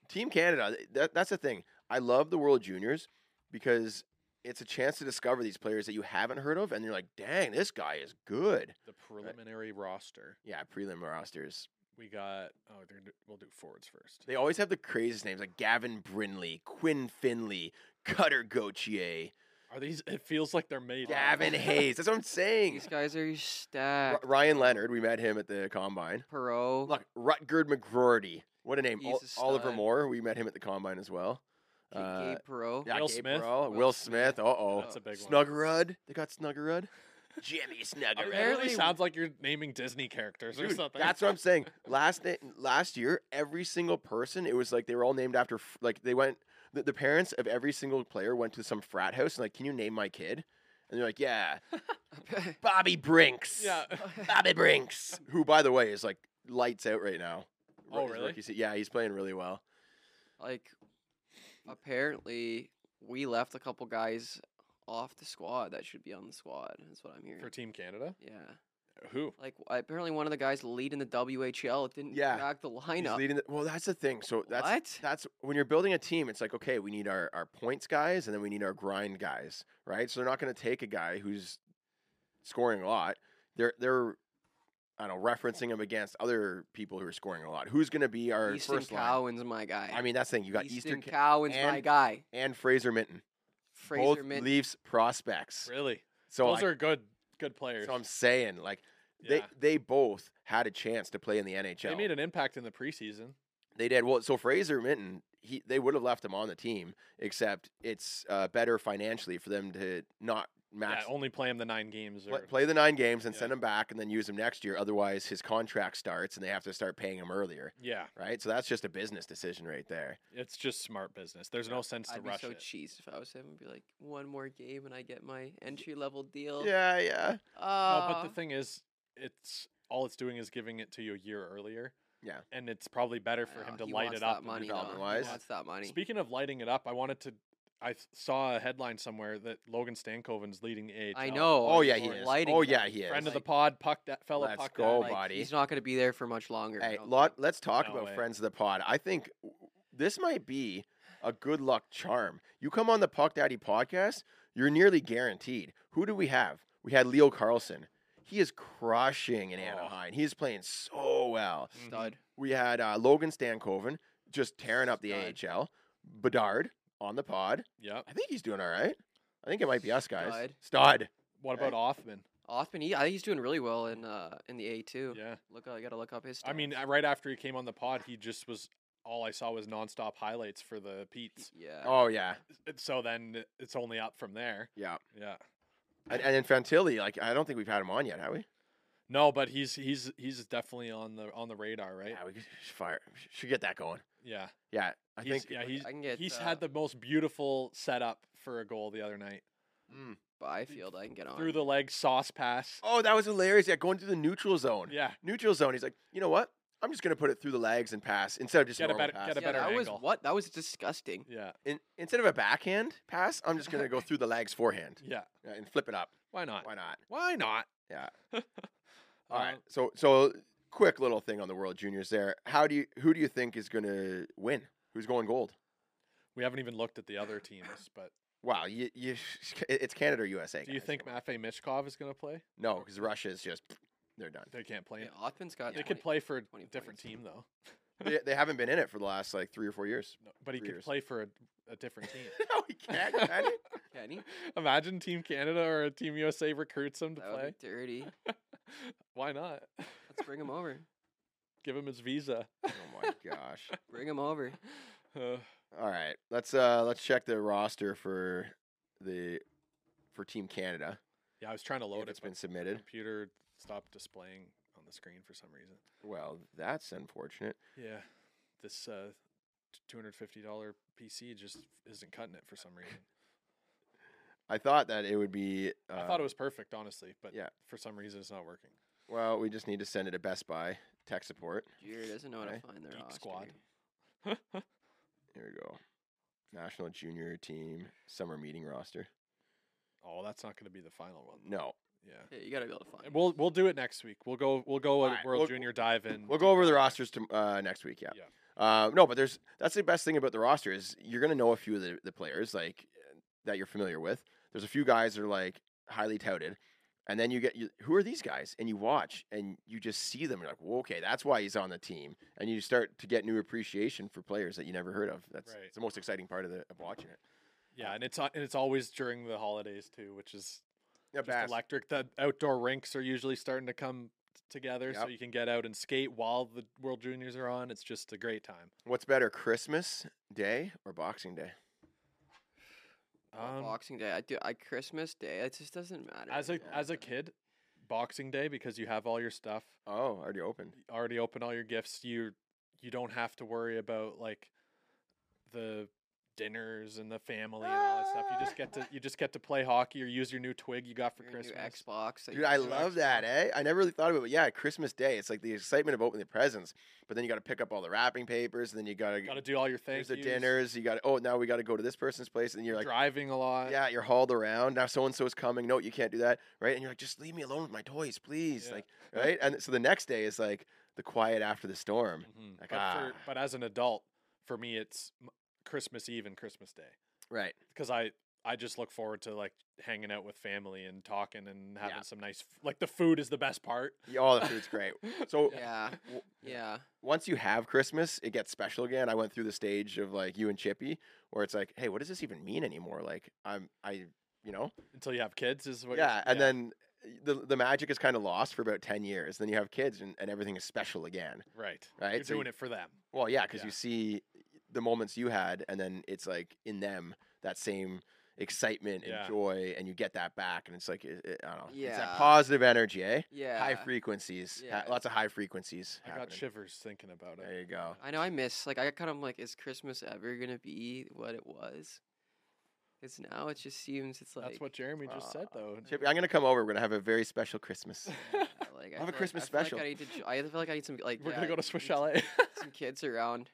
Team Canada, th- that, that's the thing. I love the World Juniors because it's a chance to discover these players that you haven't heard of, and you're like, dang, this guy is good. The preliminary roster. Yeah, prelim rosters. We got. Oh, they're gonna do- we'll do forwards first. They always have the craziest names like Gavin Brindley, Quinn Finley, Cutter Gauthier, Are these? It feels like they're made. up. Gavin Hayes. That's what I'm saying. These guys are R- stacked. Ryan Leonard, we met him at the combine. Perot. Look, Rutgerd McGroarty. What a name. He's a Ol- Oliver stud. Moore, we met him at the combine as well. Uh, G- Gabe Perot. Yeah, Will Gabe Smith. Burrell, Will Will Smith. Uh oh. That's a big one. Snuggerud. They got Snuggerud. Jimmy It Snuggerud. really Apparently- sounds like you're naming Disney characters or Dude, something. that's what I'm saying. Last na- last year, every single person, it was like they were all named after f- like they went. The, the parents of every single player went to some frat house and like, can you name my kid? And they're like, yeah, Bobby Brinks. Yeah. Bobby Brinks, who by the way is like lights out right now. Oh, His really? rookie se- yeah, he's playing really well. like, apparently, we left a couple guys off the squad that should be on the squad. That's what I'm hearing. for Team Canada. yeah. Who? Like, w- apparently, one of the guys leading the WHL didn't Yeah. crack the He's lineup. leading the- well, that's the thing. So that's what? that's when you're building a team, it's like, okay, we need our, our points guys and then we need our grind guys, right? So they're not going to take a guy who's scoring a lot. They're, they're, I don't know, referencing him against other people who are scoring a lot. Who's going to be our Easton first line? Cowan's my guy. I mean, that's the thing. You got Easton Eastern Ca- Cowan's my and- guy. and Fraser Minton, Fraser both Minton. Leafs prospects. Really? So, Those like, are good, good players. so I'm saying, like, they Yeah. they both had a chance to play in the NHL. They made an impact in the preseason. They did well. So Fraser Minton, he they would have left him on the team, except it's uh, better financially for them to not Yeah, max only play him the nine games. pl- Or, play the nine games and send Yeah. him back, and then use him next year. Otherwise, his contract starts, and they have to start paying him earlier. yeah, Right, so that's just a business decision right there. it's just smart business. There's no sense to I'd be rush so it. cheesed if I was him. I'd be like, one more game and I get my entry level deal. Yeah, yeah, No, but Uh, the thing is, it's all it's doing is giving it to you a year earlier. Yeah. and it's probably better for him to light it up. That and money, develop though. it. He Wise. wants that money. Speaking of lighting it up, I wanted to. I s- saw a headline somewhere that Logan Stankoven's leading the AHL. I know. Oh, I'm yeah, he sorry. is. Lighting Oh, it yeah, up. he is. Friend of the Like- pod, puck da- fellow Let's puck go, daddy. like, buddy. He's not going to be there for much longer. I Hey, don't lot, think. let's talk No about way. friends of the pod. I think w- this might be a good luck charm. You come on the Puck Daddy podcast, you're nearly guaranteed. Who do we have? We had Leo Carlson. He is crushing in Oh. Anaheim. He is playing so well. Mhm. Stud. We had uh, Logan Stankoven just tearing up the Stud. AHL. Bedard on the pod. Yep. I think he's doing all right. I think it might be us guys. Stud. Stud. What about Othman? Othman, he, I think he's doing really well in uh, in the A2. Yeah. Look, I got to look up his stats. I mean, uh, right after he came on the pod, he just was all I saw was nonstop highlights for the Pete's. yeah. Oh yeah, So then it's only up from there. yeah. Yeah. And, and then Fantilli, like I don't think we've had him on yet, have we? No, but he's he's he's definitely on the on the radar, right? Yeah, we could- should fire. Should get that going. Yeah. Yeah, I he's, think. yeah, he's I can get he's uh, had the most beautiful setup for a goal the other night. Mm. Byfield. Oh, I can get on Through the leg sauce pass. Oh, that was hilarious! Yeah, going through the neutral zone. Yeah. Neutral zone. He's like, you know what? I'm just gonna put it through the legs and pass instead of just Get a normal better- pass. get a yeah, better that was angle. what that was disgusting. Yeah. In, instead of a backhand pass, I'm just gonna go through the legs forehand Yeah. yeah, and flip it up. Why not? Why not? Why not? Yeah. Uh, All Um, right. So so quick little thing on the World Juniors there. How do you who do you think is gonna win? Who's going gold? We haven't even looked at the other teams, but Wow, you, you it- it's Canada or USA. do you guys. think Matvey Mishkov is going to play? No, because Russia's just they're done. They can't play. Yeah, him. Othman's got. They could 20 play for a 20 different points. team though. they, they haven't been in it for the last like three or four years. No, but he Three could years. play for a, a different team. no, he can't. Can he? Can he? Imagine Team Canada or a Team USA recruits him to That would play. be dirty. Why not? Let's bring him over. Give him his visa. Oh my gosh. Bring him over. Uh, All right, let's uh let's check the roster for the for Team Canada. yeah, I was trying to Load load if it, it's but been the submitted. computer stopped displaying on the screen for some reason. Well, that's unfortunate. Yeah, this uh, two hundred fifty dollar PC just isn't cutting it for some reason. I thought that it would be. Uh, I thought it was perfect, honestly, but yeah. for some reason it's not working. Well, we just need to send it to Best Buy tech support. Jared doesn't know how to Right. find their Geek roster. squad. Here we go. National Junior Team Summer Meeting roster. oh, that's not going to be the final one. No, Yeah, Yeah, you gotta be able to find. And him. we'll we'll do it next week. We'll go we'll go a Alright, World we'll- Junior dive in. We'll go over the rosters to, uh, next week. Yeah. Yeah. Uh, no, but there's that's the best thing about the roster is you're gonna know a few of the, the players like that you're familiar with. There's a few guys that are like highly touted, and then you get you, who are these guys, and you watch and you just see them. You're like, well, okay, that's why he's on the team, and you start to get new appreciation for players that you never heard of. That's Right. it's the most exciting part of the of watching it. yeah, and it's a- and it's always during the holidays too, which is Yeah, just electric. The outdoor rinks are usually starting to come t- together, so Yep. you can get out and skate while the World Juniors are on. It's just a great time. What's better, Christmas Day or Boxing Day? Uh, Um, Boxing Day. I do. I Christmas Day. It just doesn't matter. as a anymore, as a but- kid, Boxing Day because you have all your stuff Oh, already opened. already open all your gifts. You you don't have to worry about like the dinners and the family and all that stuff. You just get to you just get to play hockey or use your new twig you got for Your new Christmas. Xbox. that Dude, you I can- love that, eh? I never really thought of it, but yeah, Christmas Day, it's like the excitement of opening the presents, but then you got to pick up all the wrapping papers, and then you got to Got to do all your there's things. the dinners, you got to oh now we got to go to this person's place, and you're like driving a lot. yeah, you're hauled around. Now so and so is coming. No, you can't do that, right? And you're like just leave me alone with my toys, please, Yeah. like right. And so the next day is like the quiet after the storm, Mhm. Like, but, for, ah. but as an adult, for me, it's m- Christmas Eve and Christmas Day right? because I I just look forward to like hanging out with family and talking and having Yeah. some nice f- like the food is the best part. Yeah, All the food's great. Oh. So Yeah. w- Yeah. once you have Christmas, it gets special again. I went through the stage of like you and Chippy, where it's like, hey, what does this even mean anymore? Like I'm I. You know, Until you have kids, is what. you're yeah s- and then eh, the the magic is kind of lost for about 10 years then you have kids and, and everything is special again right, right, You're so doing you- it for them. well yeah because Yeah. you see the moments you had and then it's like in them that same excitement and Yeah. joy and you get that back and it's like it, it- i don't know it's that Yeah. positive energy eh Yeah. high frequencies ha- Yeah. lots of high frequencies I got happening. shivers thinking about it. there you go I know I miss like I kind of like is Christmas ever gonna be what it was? Because now it just seems it's like That's what Jeremy just said, uh, though. Chippy, I'm gonna come over. We're gonna have a very special Christmas. yeah, like I Have a feel like- Christmas I feel like special. I need to. jo- I feel like I need some like We're yeah, gonna go I to Swiss need Chalet. Some kids around.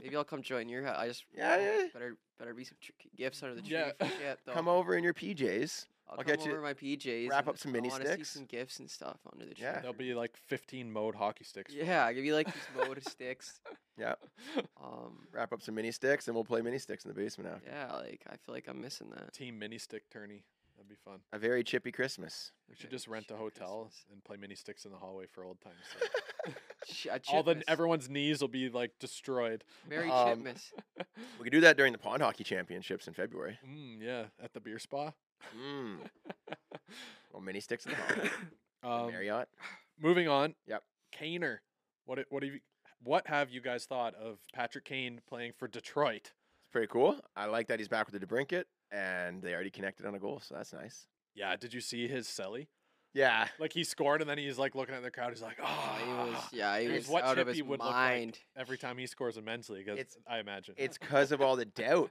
Maybe I'll come join your house. I just Yeah, oh, yeah. Better better be some tr- gifts under the tree. Yeah. Yeah. Forget, though. Come over in your PJs. I'll, I'll come get you- over in my PJs. wrap and up some mini I wanna sticks. See some gifts and stuff under the tree. Yeah. There'll be like 15 mode hockey sticks. for Yeah, give you like these motor sticks. Yeah. Um, Wrap up some mini sticks, and we'll play mini sticks in the basement after. yeah, like I feel like I'm missing that. Team mini stick tourney. That'd be fun. A very chippy Christmas. We Okay, should just rent a shit, hotel Christmas. and play mini sticks in the hallway for old times. sake. Sh- a All the chipmus. everyone's knees will be like destroyed. Merry Um, Chipmus. We could do that during the pond hockey championships in February. Mm, yeah, at the beer spa. Mm. well, mini sticks in the pond. Um, Marriott. moving on. Yep. Kaner. What? What have you? What have you guys thought of Patrick Kane playing for Detroit? It's pretty cool. I like that he's back with the DeBrinket, and they already connected on a goal, so that's nice. Yeah. Did you see his celly? Yeah. Like he scored, and then he's like looking at the crowd. He's like, oh, He was, yeah, he Here's was what out of Chippy his would look like. mind. every time he scores in men's league. as- It's- I imagine It's because of all the doubt.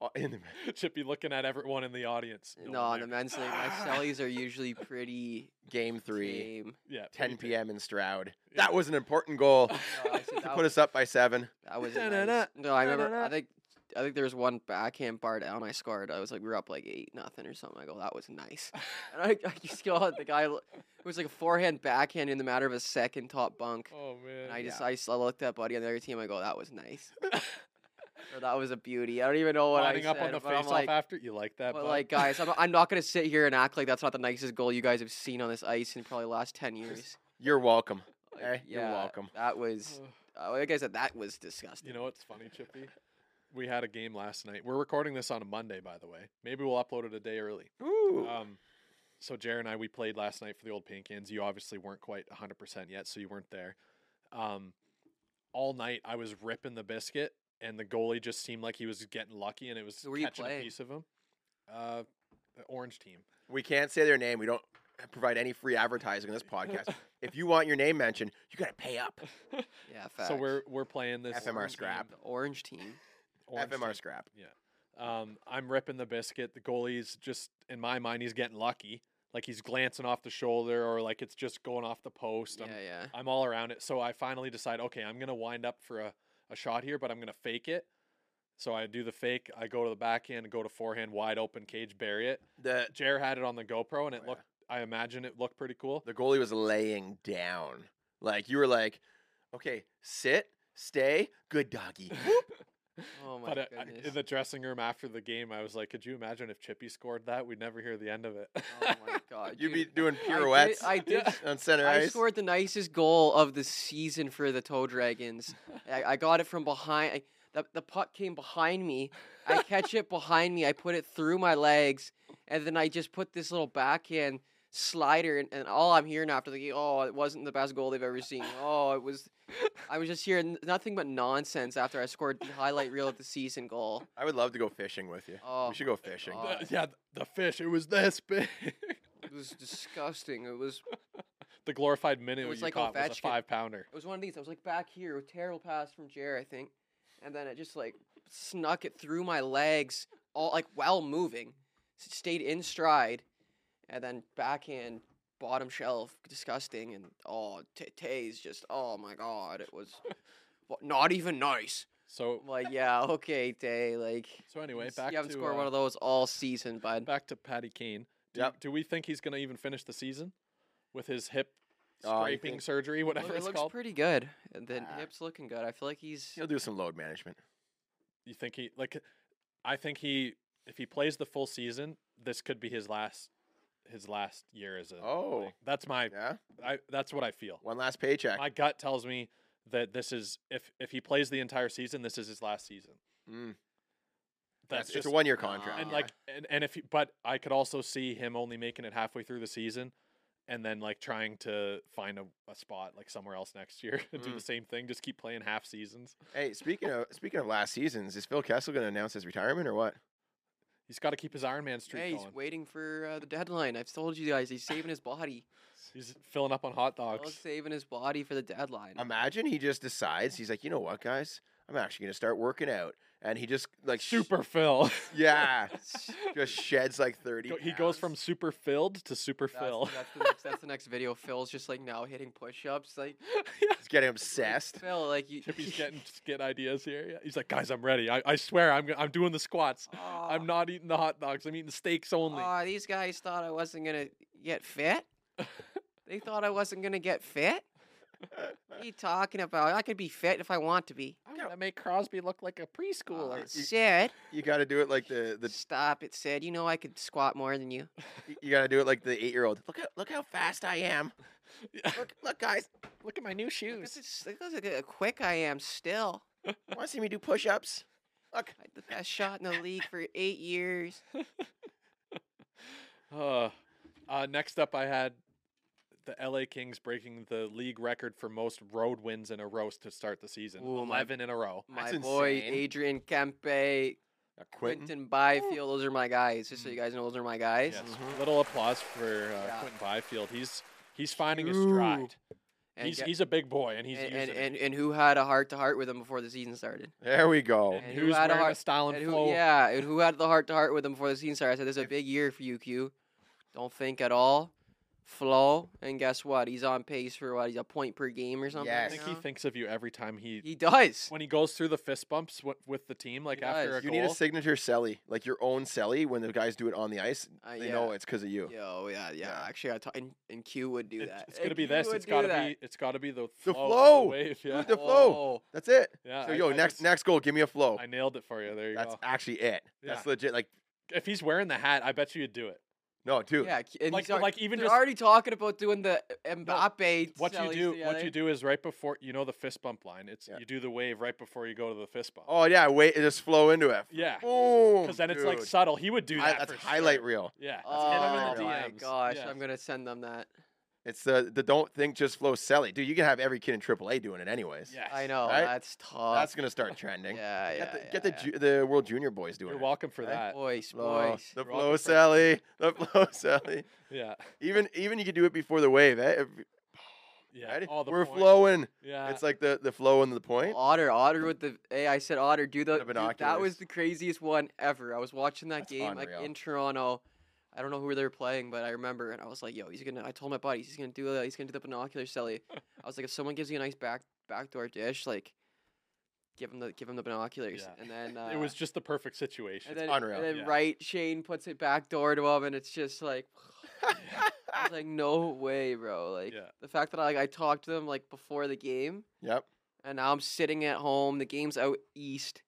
Uh, in the- Chippy looking at everyone in the audience. No, one in the there. men's league, my sellies are usually pretty Game three, tame. yeah, 10 pretty p.m. in Stroud. Yeah. That was an important goal No, I said to that put us was- up by seven. That was Da-da-da, nice. No, I remember. I da-da-da. think I think there was one backhand bar down I scored. I was like, we were up like eight nothing or something. I go, that was nice. And I, I just got the guy. l- It was like a forehand backhand in the matter of a second top bunk. tame. Oh man, And I just I, s- I looked at buddy on the other team. I go, that was nice. or that was a beauty. I don't even know what lining I up said. on the but I'm face-off like, after. You like that? But bud? like, guys, I'm, I'm not gonna sit here and act like that's not the nicest goal you guys have seen on this ice in probably the last ten years. You're welcome. Like, Eh, you're welcome. That was, Ugh. uh, like I said, that was disgusting. You know what's funny, Chippy? We had a game last night. We're recording this on a Monday, by the way. Maybe we'll upload it a day early. Ooh. Um, so Jared and I we played last night for the old Pinkins. You obviously weren't quite 100 percent yet, so you weren't there. Um, all night I was ripping the biscuit, and the goalie just seemed like he was getting lucky, and it was Who were you catching a playing? piece of him. Uh, the orange team. we can't say their name. We don't provide any free advertising on this podcast. if you want your name mentioned, you got to pay up. yeah, facts. So we're we're playing this FMR orange scrap. The orange team. orange FMR team. scrap. Um, I'm ripping the biscuit. The goalie's just in my mind, he's getting lucky. Like he's glancing off the shoulder, or like it's just um, going off the post. Yeah, I'm, yeah. I'm all around it. So I finally decide, okay, I'm gonna wind up for a, a shot here, but I'm gonna fake it. So I do the fake. I go to the backhand, go to forehand, wide open cage, bury it. The Jer had it on the GoPro, and it Oh, yeah. looked. I imagine it looked pretty cool. the goalie was laying down. Like you were like, okay, sit, stay, good doggy. Whoop. Oh my But uh, I- goodness. in the dressing room after the game, I was like, could you imagine if Chippy scored that? We'd never hear the end of it. oh my god. You'd be dude. doing I did- pirouettes I did. Yeah. on center I ice. scored the nicest goal of the season for the Toe Dragons. I, I got it from behind. I, the, the puck came behind me. I catch it behind me. I put it through my legs, and then I just put this little backhand slider. And, and all I'm hearing after the game, oh, it wasn't the best goal they've ever seen. Oh, it was. I was just hearing nothing but nonsense after I scored the highlight reel of the season goal. I would love to go fishing with you. Oh we should go fishing. God. The- Uh, yeah, th- the fish. It was this big. It was disgusting. It was the glorified minute was you like caught was a Ovechkin. five pounder. It was one of these. I was like back here with terrible pass from Jer, I think, and then it just like snuck it through my legs, all like while moving, s- stayed in stride, and then backhand bottom shelf, disgusting, and oh, T- Tay's just oh my god, it was wa- not even nice. So I'm Like yeah, okay, Tay, like so anyway, s- back you haven't to scored one uh, of those all season, bud. back to Patty Kane. Do, Yep. do we think he's going to even finish the season with his hip Oh, you scraping think- surgery, Well, whatever it it's looks called? pretty good. and The Ah. hip's looking good. I feel like he's You'll do some load management. you think he like? I think he if he plays the full season, this could be his last his last year as a. Oh, That's my yeah. I, that's what I feel. One last paycheck. My gut tells me that this is if if he plays the entire season, this is his last season. Mm. That's it's just a one year contract. and Yeah. like and, and if he, but I could also see him only making it halfway through the season and then like trying to find a, a spot like somewhere else next year and do the same thing just keep playing half seasons hey, speaking of speaking of last seasons, is Phil Kessel going to announce his retirement or what? he's got to keep his iron man streak Hey, he's going waiting for uh, the deadline. I've told you guys, he's saving his body. he's filling up on hot Well, dogs saving his body for the deadline. Imagine he just decides he's like, you know what, guys, I'm actually going to start working out, and he just like sh- super fill yeah, That's- just sheds like thirty. Go- he goes pounds. from super filled to super fill That's, the next, that's the next video. Phil's just like now hitting push-ups. Like he's getting obsessed. Phil, like you. Chippy's getting skit ideas here. Yeah. He's like, guys, I'm ready. I, I swear, I'm go- I'm doing the squats. I'm not eating the hot dogs. I'm eating steaks only. Oh, these guys thought I wasn't gonna get fit. they thought I wasn't gonna get fit. What are you talking about? I could be fit if I want to be. I'm gonna make Crosby look like a preschooler. Uh, Sid, You got to do it like the the stop it, Sid. You know I could squat more than you. y- you got to do it like the eight year old. Look how look how fast I am. Look look guys, Look at my new This shoes. is look at how quick I am still. want to see me do push ups? Look, I had the best shot in the league for eight years. Uh, uh, next up, I had the LA Kings breaking the league record for most road wins in a row to start the season. Ooh, my- Eleven in a row. My That's boy insane. Adrian Kempe Now, Quentin. Quentin Byfield, those are my guys. Just so you guys know, those are my guys. Mm. Yes. Mm-hmm. Little applause for uh, Mm-hmm. Yeah. Quentin Byfield. He's he's finding his Ooh. stride. And he's ge- he's a big boy, and he's and, using and, it. and, and who had a heart to heart with him before the season started? There we go. And and who who's had a wearing a heart- style and, And flow? who, yeah, and who had the heart to heart with him before the season started? I said, "This is a big year for you, Q. Don't think at all, flow." And guess what? He's on pace for what? He's a point per game or something. I Yes. right think he now? thinks of you every time he, Uh-huh. he does. when he goes through the fist bumps with, with the team, like after does. a You goal. need a signature celly, like your own celly. When the guys do it on the ice, Uh, they yeah. know it's because of you. Yo, yeah, yeah. Yeah. Actually, I ta- and, and Q would do It- that. it's gonna And be Q this. would It's do gotta that. be. It's gotta be the The flow. flow. wave, yeah. The flow. Oh. That's it. Yeah, so I- yo, I next just- next goal, give me a flow. I nailed it for you. There you Oh. That's go. actually it. That's Yeah. legit. Like If he's wearing the hat, I bet you you'd do it. no, dude. Yeah, Q- and Like- he's al- like, even they're just- already talking about doing the Mbappe. What you sellies do, what together. you do is right before you know the fist bump line. It's Yeah. you do the wave right before you go to the fist bump. Oh yeah, wait, it just flow into it. Yeah. Boom. because then it's like dude. subtle. He would do Hi- that. that's for highlight sure. reel. Yeah. Oh That's hit him in the my DMs. gosh, Yeah. I'm gonna send them that. It's the the don't think just flow selly, dude. You can have every kid in AAA doing it anyways. Yes. I know Right? that's Uh, tough. That's gonna start trending. yeah, yeah. Get the, yeah, get the, yeah. ju- the world junior boys doing You're it. welcome for right? that. Boys, Flow, boys. the You're flow welcome for- selly, the flow selly. Yeah. Even even you could do it before the wave. Eh? If- Yeah. ready? All the We're points. flowing. Yeah. it's like the the flow and the point. Otter, Otter with the hey, I said Otter, do The the, dude, that was binoculars. the craziest one ever. I was watching that That's game like unreal. in Toronto. I don't know who they were playing, but I remember, and I was like, "Yo, he's gonna." I told my buddies, he's gonna do. Uh, he's gonna do the binocular celly. I was like, if someone gives you a nice back backdoor dish, like, give him the give him the binoculars, Yeah. and then uh, it was just the perfect situation. and then, unreal. And then Yeah. right Shane puts it backdoor to him, and it's just like, I was like, no way, bro. Like Yeah. the fact that I, I talked to them like before the game, Yep. and now I'm sitting at home. The game's out east,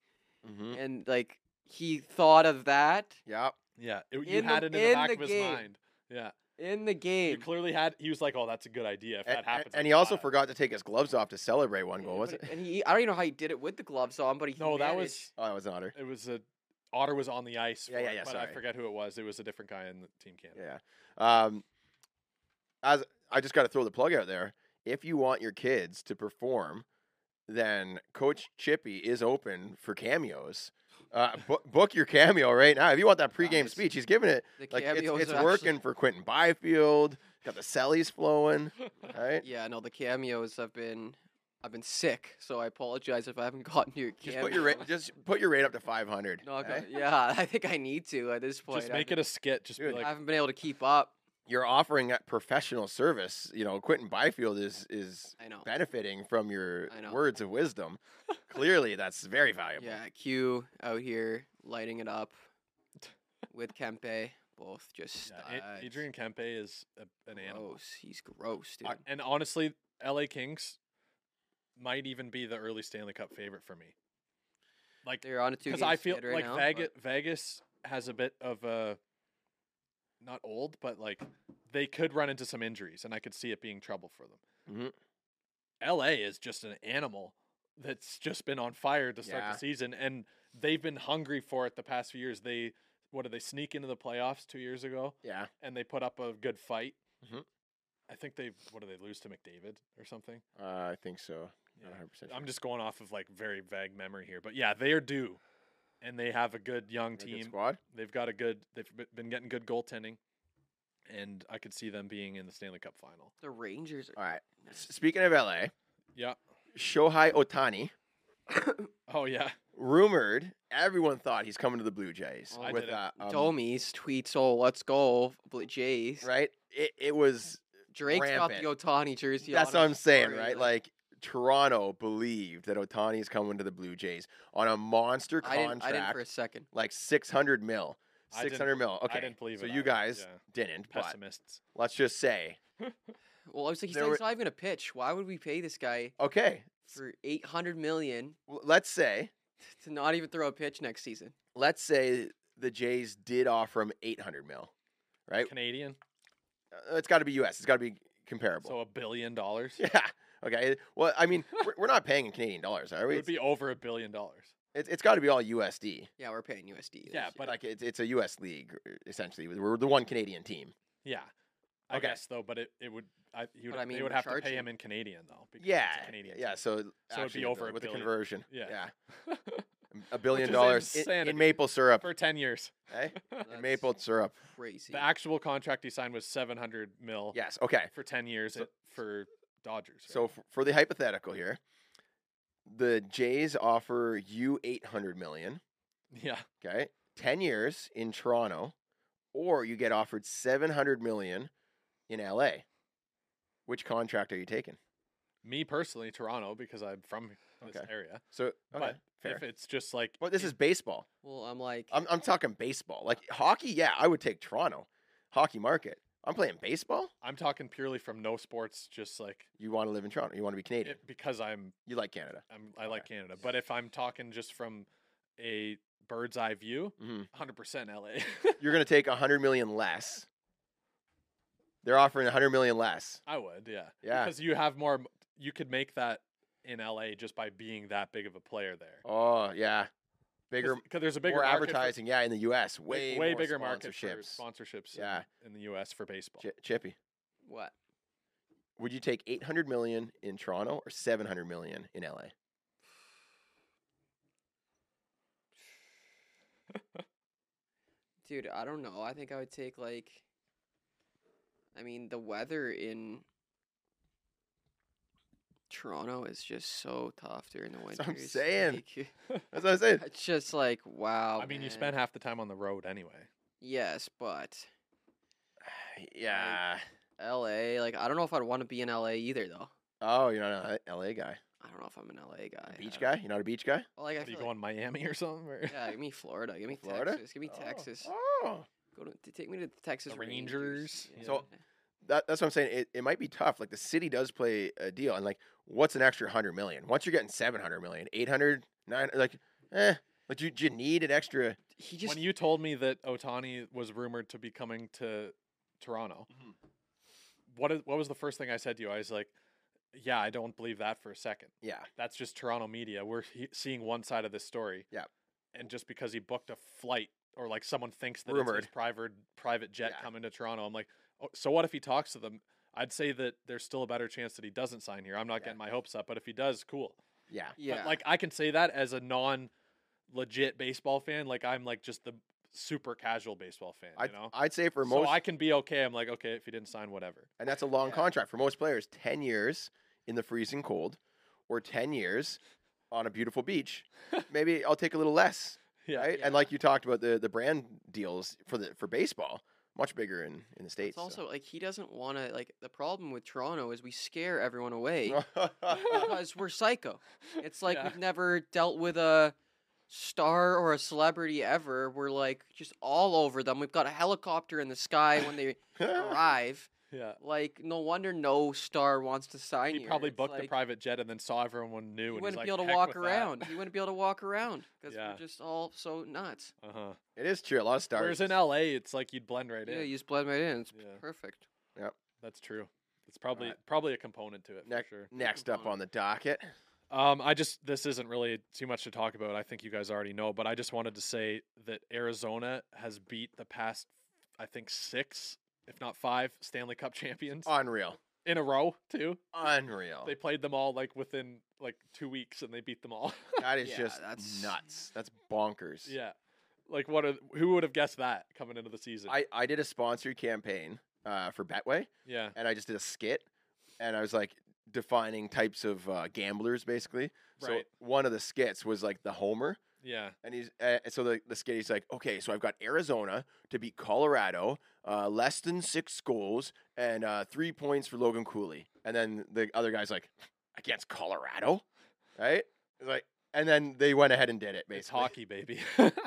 hmm and like he thought of that Yep. yeah. It, you in the- had it in, in the back the of his game. mind. Yeah. in the You game. clearly had. He was like, "Oh, that's a good idea. If And, that happens." uh, and I he also gotta-" forgot to take his gloves off to celebrate one goal, and- was but- it? And he, I don't even know how he did it with the gloves on, but he No, that managed. was Oh, that was an otter. it was a otter was on the ice. Yeah, for yeah, it, yeah, But I sorry. forget who it was. It was a different guy in the team Canada. Yeah. Um, as I just got to throw the plug out there. If you want your kids to perform, then Coach Chippy is open for cameos. Uh, bu- book your cameo right now. If you want that pregame Nice. speech, he's giving it. The Like it's, cameos it's are working for Quentin Byfield. Got the sellies flowing, right? Yeah, no, the cameos have been. I've been sick, so I apologize if I haven't gotten to your Just cameo. put your eh? rate. Just put your rate up to five hundred. Knock on- yeah, I think I need to at this point. Just I make it a skit. Just be Dude, like, I haven't been able to keep up. You're offering a professional service. You know, Quentin Byfield is is I know. benefiting from your I know. words of wisdom. Clearly, that's very valuable. Yeah, Q out here lighting it up with Kempe. Both just uh, yeah, A- studs. Adrian Kempe is a, an animal. gross. He's gross, dude. I- and honestly, LA Kings might even be the early Stanley Cup favorite for me. Like They're on a two because game I feel right like now, Vegas, but- Vegas has a bit of a not old, but like they could run into some injuries, and I could see it being trouble for them. Mhm. LA is just an animal that's just been on fire to start Yeah. the season, and they've been hungry for it the past few years. They what did they sneak into the playoffs two years ago, Yeah. and they put up a good fight. Mhm. I think they what do they lose to McDavid or something? Uh, I think so. Not Yeah. 100% sure. I'm just going off of like very vague memory here, but yeah, they are due, and they have a good young They're a good team. squad. They've got a good. They've b- been getting good goaltending, and I could see them being in the Stanley Cup final. the Rangers are All right. S- Speaking of LA, Yeah. Shohei Otani Oh yeah. rumored. Everyone thought he's coming to the Blue Jays Oh, I with didn't. uh, um, Domies tweets. Oh, let's go, Blue Jays. right. It, it was. Drake's got rampant. the Otani jersey. That's on what his I'm saying, story, right? Like Toronto believed that Otani is coming to the Blue Jays on a monster I didn't. contract, I didn't for a second. like 600 mil. I didn't- 600 mil. Okay. didn't believe so it you either, guys yeah. didn't, but Pessimists. let's just say, Well, I was like, he's, There not- were- he's not even a pitch. Why would we pay this guy okay, for eight hundred million w- let's say to not even throw a pitch next season? let's say the Jays did offer him 800 mil, right? Canadian. Uh, It's got to be U.S. It's got to be comparable. So a billion dollars. yeah. Okay. Well, I mean, we're, we're not paying in Canadian dollars, are It we? would It's, be over a billion dollars. it's, it's got to be all USD. Yeah, we're paying USD. Yeah, this but year. Like it's, it's a U.S. league uh, essentially. We're the one Canadian team. Yeah. I Okay. guess though, but it, it would. I, he would, But I mean, they would we're have to pay charging- him in Canadian though. because it's Yeah. a Canadian Yeah. team. So, it'd be actually, over the- a with the billion. conversion. Yeah. a billion is dollars in- in, insanity. maple syrup. for 10 years. eh? That's In maple syrup. Crazy. The actual contract he signed was 700 mil Yes. Okay. for 10 years So- at, for Dodgers. right? So f- for the hypothetical here, the Jays offer you eight hundred million. yeah, Okay, ten years in Toronto, or you get offered seven hundred million in L.A. Which contract are you taking? me personally, Toronto, because I'm from this Okay. area. So okay, But fair. if it's just like, But this it- is baseball. well, I'm like, I'm I'm talking baseball. Like hockey, yeah, I would take Toronto hockey market. I'm playing baseball. I'm talking purely from no sports, just like You want to live in Toronto. You want to be Canadian. it, because I'm, you like Canada. I'm I like Canada. But if I'm talking just from a bird's eye view, hmm 100% LA. You're going to take 100 million less. They're offering 100 million less. I would, yeah, Yeah. because you have more. m- You could make that in LA just by being that big of a player there. Oh, yeah. Bigger, because there's a bigger more market for- advertising. yeah, in the U.S. like, Way, way more bigger market for sponsorships. sponsorships. in- Yeah. in, the U.S. for baseball. Chi- Chippy, what? would you take 800 million in Toronto or 700 million in L.A.? Dude, I don't know. I think I would take like I mean, the weather in Toronto is just so tough during the winter. That's what I'm saying. Like, That's what I said. it's just like wow. I mean, you man. spend half the time on the road anyway. Yes, but Yeah. LA, like I don't know if I'd want to be in LA either though. Oh, you're not an L.A. guy. I don't know if I'm an LA guy. A beach I don't- guy? You're not a beach guy? Well, like I What, Are you feel going Miami or something? Or? like, yeah, give me Florida. Give me Florida? Texas. Give me Oh, Texas. Oh. Go to, t- take me to the Texas The Rangers. Rangers, yeah. So- That, that's what I'm saying. It, it might be tough. Like the city does play a deal, and like, what's an extra hundred million? Once you're getting 700 million, 800, 900, like, eh, like do you, do you need an extra? he just when you told me that Otani was rumored to be coming to Toronto, Mhm. what is, what was the first thing I said to you? I was like, "Yeah, I don't believe that for a second. Yeah, That's just Toronto media. We're he- seeing one side of this story. Yeah. and just because he booked a flight or like someone thinks that it's Rumored. his private private jet Yeah. coming to Toronto, I'm like, oh, so what if he talks to them? I'd say that there's still a better chance that he doesn't sign here. I'm not Yeah. getting my hopes up, but if he does, cool. yeah, yeah. But like I can say that as a non legit baseball fan. Like I'm like just the super casual baseball fan, I'd, you know? I'd say for so most, I can be okay. I'm like, okay, if he didn't sign, whatever. and that's a long Yeah. contract for most players 10 years in the freezing cold or 10 years on a beautiful beach. Maybe I'll take a little less, Yeah. right? And like you talked about the, the brand deals for the for baseball, much bigger in, in the States. It's also like he doesn't want to like the problem with Toronto is we scare everyone away because we're psycho. It's like Yeah. we've never dealt with a star or a celebrity ever. We're like just all over them. We've got a helicopter in the sky when they arrive. Yeah. Like no wonder no star wants to sign He here. probably It's booked a like, private jet and then saw everyone He new. and wouldn't he's be like, able to "Heck walk with that." around. He wouldn't be able to walk around because Yeah. we're just all so nuts. Uh-huh. it is true. A lot of stars. Whereas in LA, it's like you'd blend right Yeah, in. you just blend right in. It's Yeah. perfect. That's true. It's probably right. probably a component to it for Next, sure. next up on the docket. Um, I just this isn't really too much to talk about. I think you guys already know, but I just wanted to say that Arizona has beat the past, I think six, if not five, Stanley Cup champions Unreal. in a row too. Unreal. They played them all like within like two weeks, and they beat them all. That is Yeah, just that's- nuts. That's bonkers. yeah, like what? Are, who would have guessed that coming into the season? I, I did a sponsored campaign uh, for Betway, yeah, and I just did a skit, and I was like defining types of uh, gamblers, basically. Right. So one of the skits was like the homer, yeah. and he's uh, so the, the skit he's like, okay, so I've got Arizona to beat Colorado, uh, less than six goals and uh, three points for Logan Cooley, and then the other guy's like, against Colorado, right? It's like, and then they went ahead and did it. Basically, It's hockey, baby.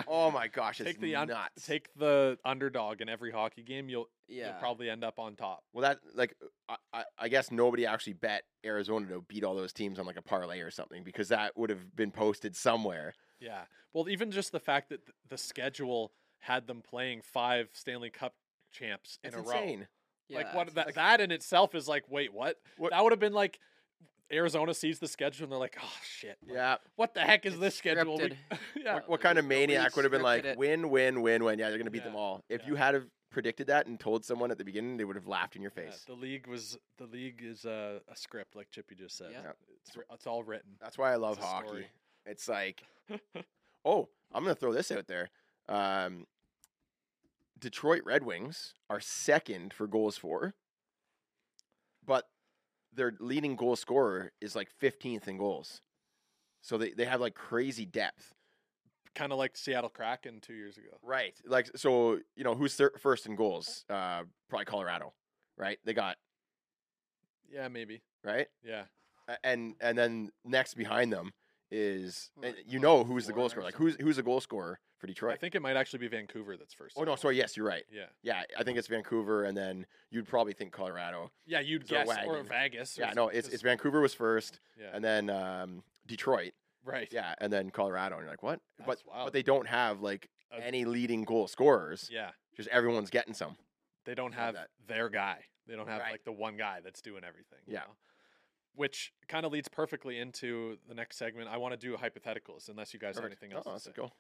Oh my gosh, it's take the un- nuts. take the underdog in every hockey game. You'll Yeah. you'll probably end up on top. Well, that like I, I- I guess nobody actually bet Arizona to beat all those teams on like a parlay or something because that would have been posted somewhere. Yeah. Well, even just the fact that th- the schedule had them playing five Stanley Cup champs in It's a insane. Yeah, row. Like what it's- that that in itself is like, wait, what? What- That would have been like Arizona sees the schedule and they're like, oh shit. like, Yeah. What the heck is It's this schedule? We- scripted. yeah. What kind of Nobody maniac would have been scripted like it. win, win, win, win? Yeah, they're gonna beat them Yeah, all. If yeah. you had have predicted that and told someone at the beginning, they would have laughed in your Yeah, face. the league was the league is a, a script, like Chippy just said. Yeah. Yeah. It's, wr- it's all written. That's why I love It's a hockey. story. It's like Oh, I'm gonna throw this out there. Um, Detroit Red Wings are second for goals for, but their leading goal scorer is like 15th in goals. So they, they have like crazy depth. Kind of like Seattle Kraken two years ago. Right. Like so, you know, who's thir- first in goals? Uh, probably Colorado, right? They got Yeah, maybe. right, Yeah. A- and and then next behind them is Or and like you top know who's the four goal or scorer? Like who's who's the goal scorer for I Detroit? think it might actually be Vancouver that's first. oh no, sorry. Yes, you're right. Yeah. Yeah, I think it's Vancouver, and then you'd probably think Colorado. Yeah, you'd So guess or Wagon. Vegas. Or Yeah, s- no, it's just- it's Vancouver was first, yeah. and then um, Detroit. right. Yeah, and then Colorado. And you're like, what? but That's wild. but they don't have like Uh, any leading goal scorers. Yeah. Just everyone's getting some. They don't Love have that. their guy. They don't have Right. like the one guy that's doing everything. you Yeah. know? Which kind of leads perfectly into the next segment. I want to do hypotheticals, unless you guys have Perfect. anything else. Oh, to that's say. cool.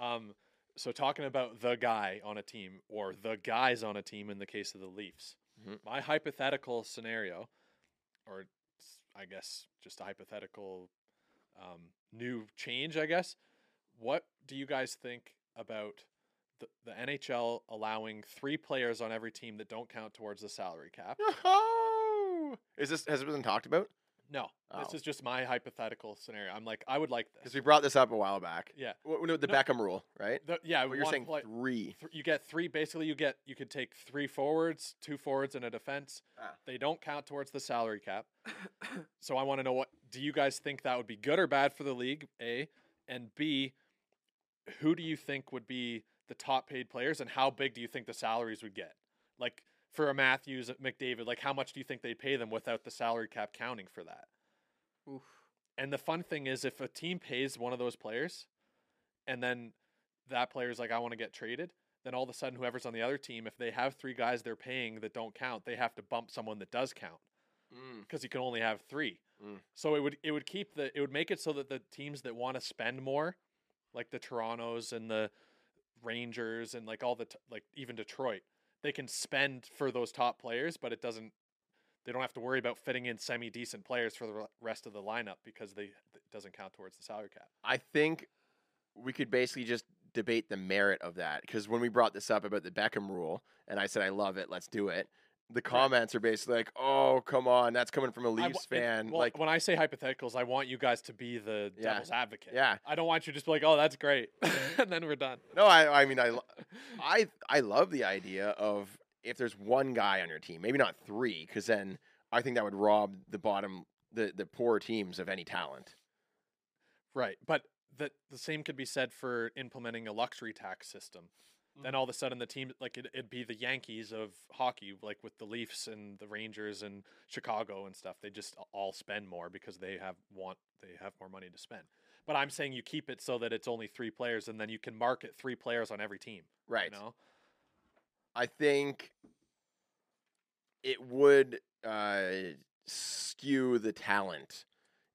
Um, so talking about the guy on a team or the guys on a team in the case of the Leafs, Mhm. my hypothetical scenario, or s- I guess just a hypothetical um, new change, I guess. What do you guys think about the, the NHL allowing three players on every team that don't count towards the salary cap? Oh, is this has it been talked about? No, this Oh. is just my hypothetical scenario. I'm like, I would like Because this. we brought this up a while back. Yeah. Well, no, the No. Beckham rule, right? The- yeah, But you're one saying play- three. th- you get three basically you get you could take three forwards two forwards and a defense Ah. they don't count towards the salary cap so i want to know what do you guys think that would be good or bad for the league a and b who do you think would be the top paid players and how big do you think the salaries would get like for a matthews a mcdavid like how much do you think they'd pay them without the salary cap counting for that Oof. and the fun thing is, if a team pays one of those players, and then that player's like, "I want to get traded," then all of a sudden, whoever's on the other team, if they have three guys they're paying that don't count, they have to bump someone that does count because you can only have three. Mm. So it would it would keep the it would make it so that the teams that want to spend more, like the Torontos and the Rangers and like all the t- like even Detroit, they can spend for those top players, but it doesn't. They don't have to worry about fitting in semi decent players for the re- rest of the lineup because they it doesn't count towards the salary cap. I think we could basically just debate the merit of that because when we brought this up about the Beckham rule, and I said I love it, let's do it. The comments are basically like, "Oh, come on, that's coming from a I Leafs wa- it- fan." well, like, when I say hypotheticals, I want you guys to be the Yeah. devil's advocate. yeah, I don't want you to just be like, "Oh, that's great," and then we're done. no, I, I mean, I, lo- I, I love the idea of if there's one guy on your team, maybe not three, because then I think that would rob the bottom, the the poor teams of any talent. Right, but the the same could be said for implementing a luxury tax system. Then all of a sudden, the team like it, it'd be the Yankees of hockey, like with the Leafs and the Rangers and Chicago and stuff. They just a- all spend more because they have want they have more money to spend. But I'm saying you keep it so that it's only three players, and then you can market three players on every team. Right. You know, I think it would uh, skew the talent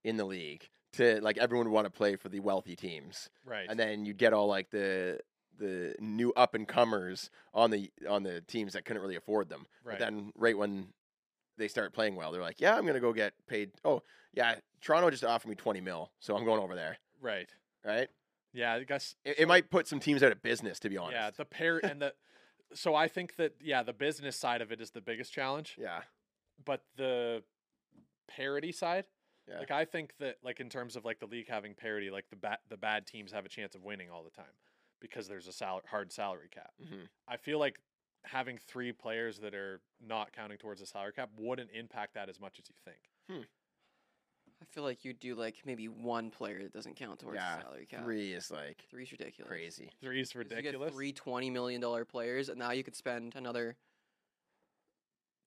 in the league to like everyone would want to play for the wealthy teams, right? and then you'd get all like the the new up and comers on the on the teams that couldn't really afford them. right. But then right when they start playing well, they're like, "Yeah, I'm gonna go get paid." Oh, yeah, Toronto just offered me twenty mil, so I'm going over there. right. Right? Yeah, I guess It, it might put some teams out of business, to be honest. yeah. The pair and the so I think that yeah, the business side of it is the biggest challenge. yeah. but the parody side Yeah. like i think that like in terms of like the league having parity like the bad the bad teams have a chance of winning all the time because there's a sal- hard salary cap hmm i feel like having three players that are not counting towards the salary cap wouldn't impact that as much as you think I feel like you do like maybe one player that doesn't count towards Yeah, the salary cap. Three is like Three's ridiculous. crazy. three's 'Cause You ridiculous get three twenty million dollar players, and now you could spend another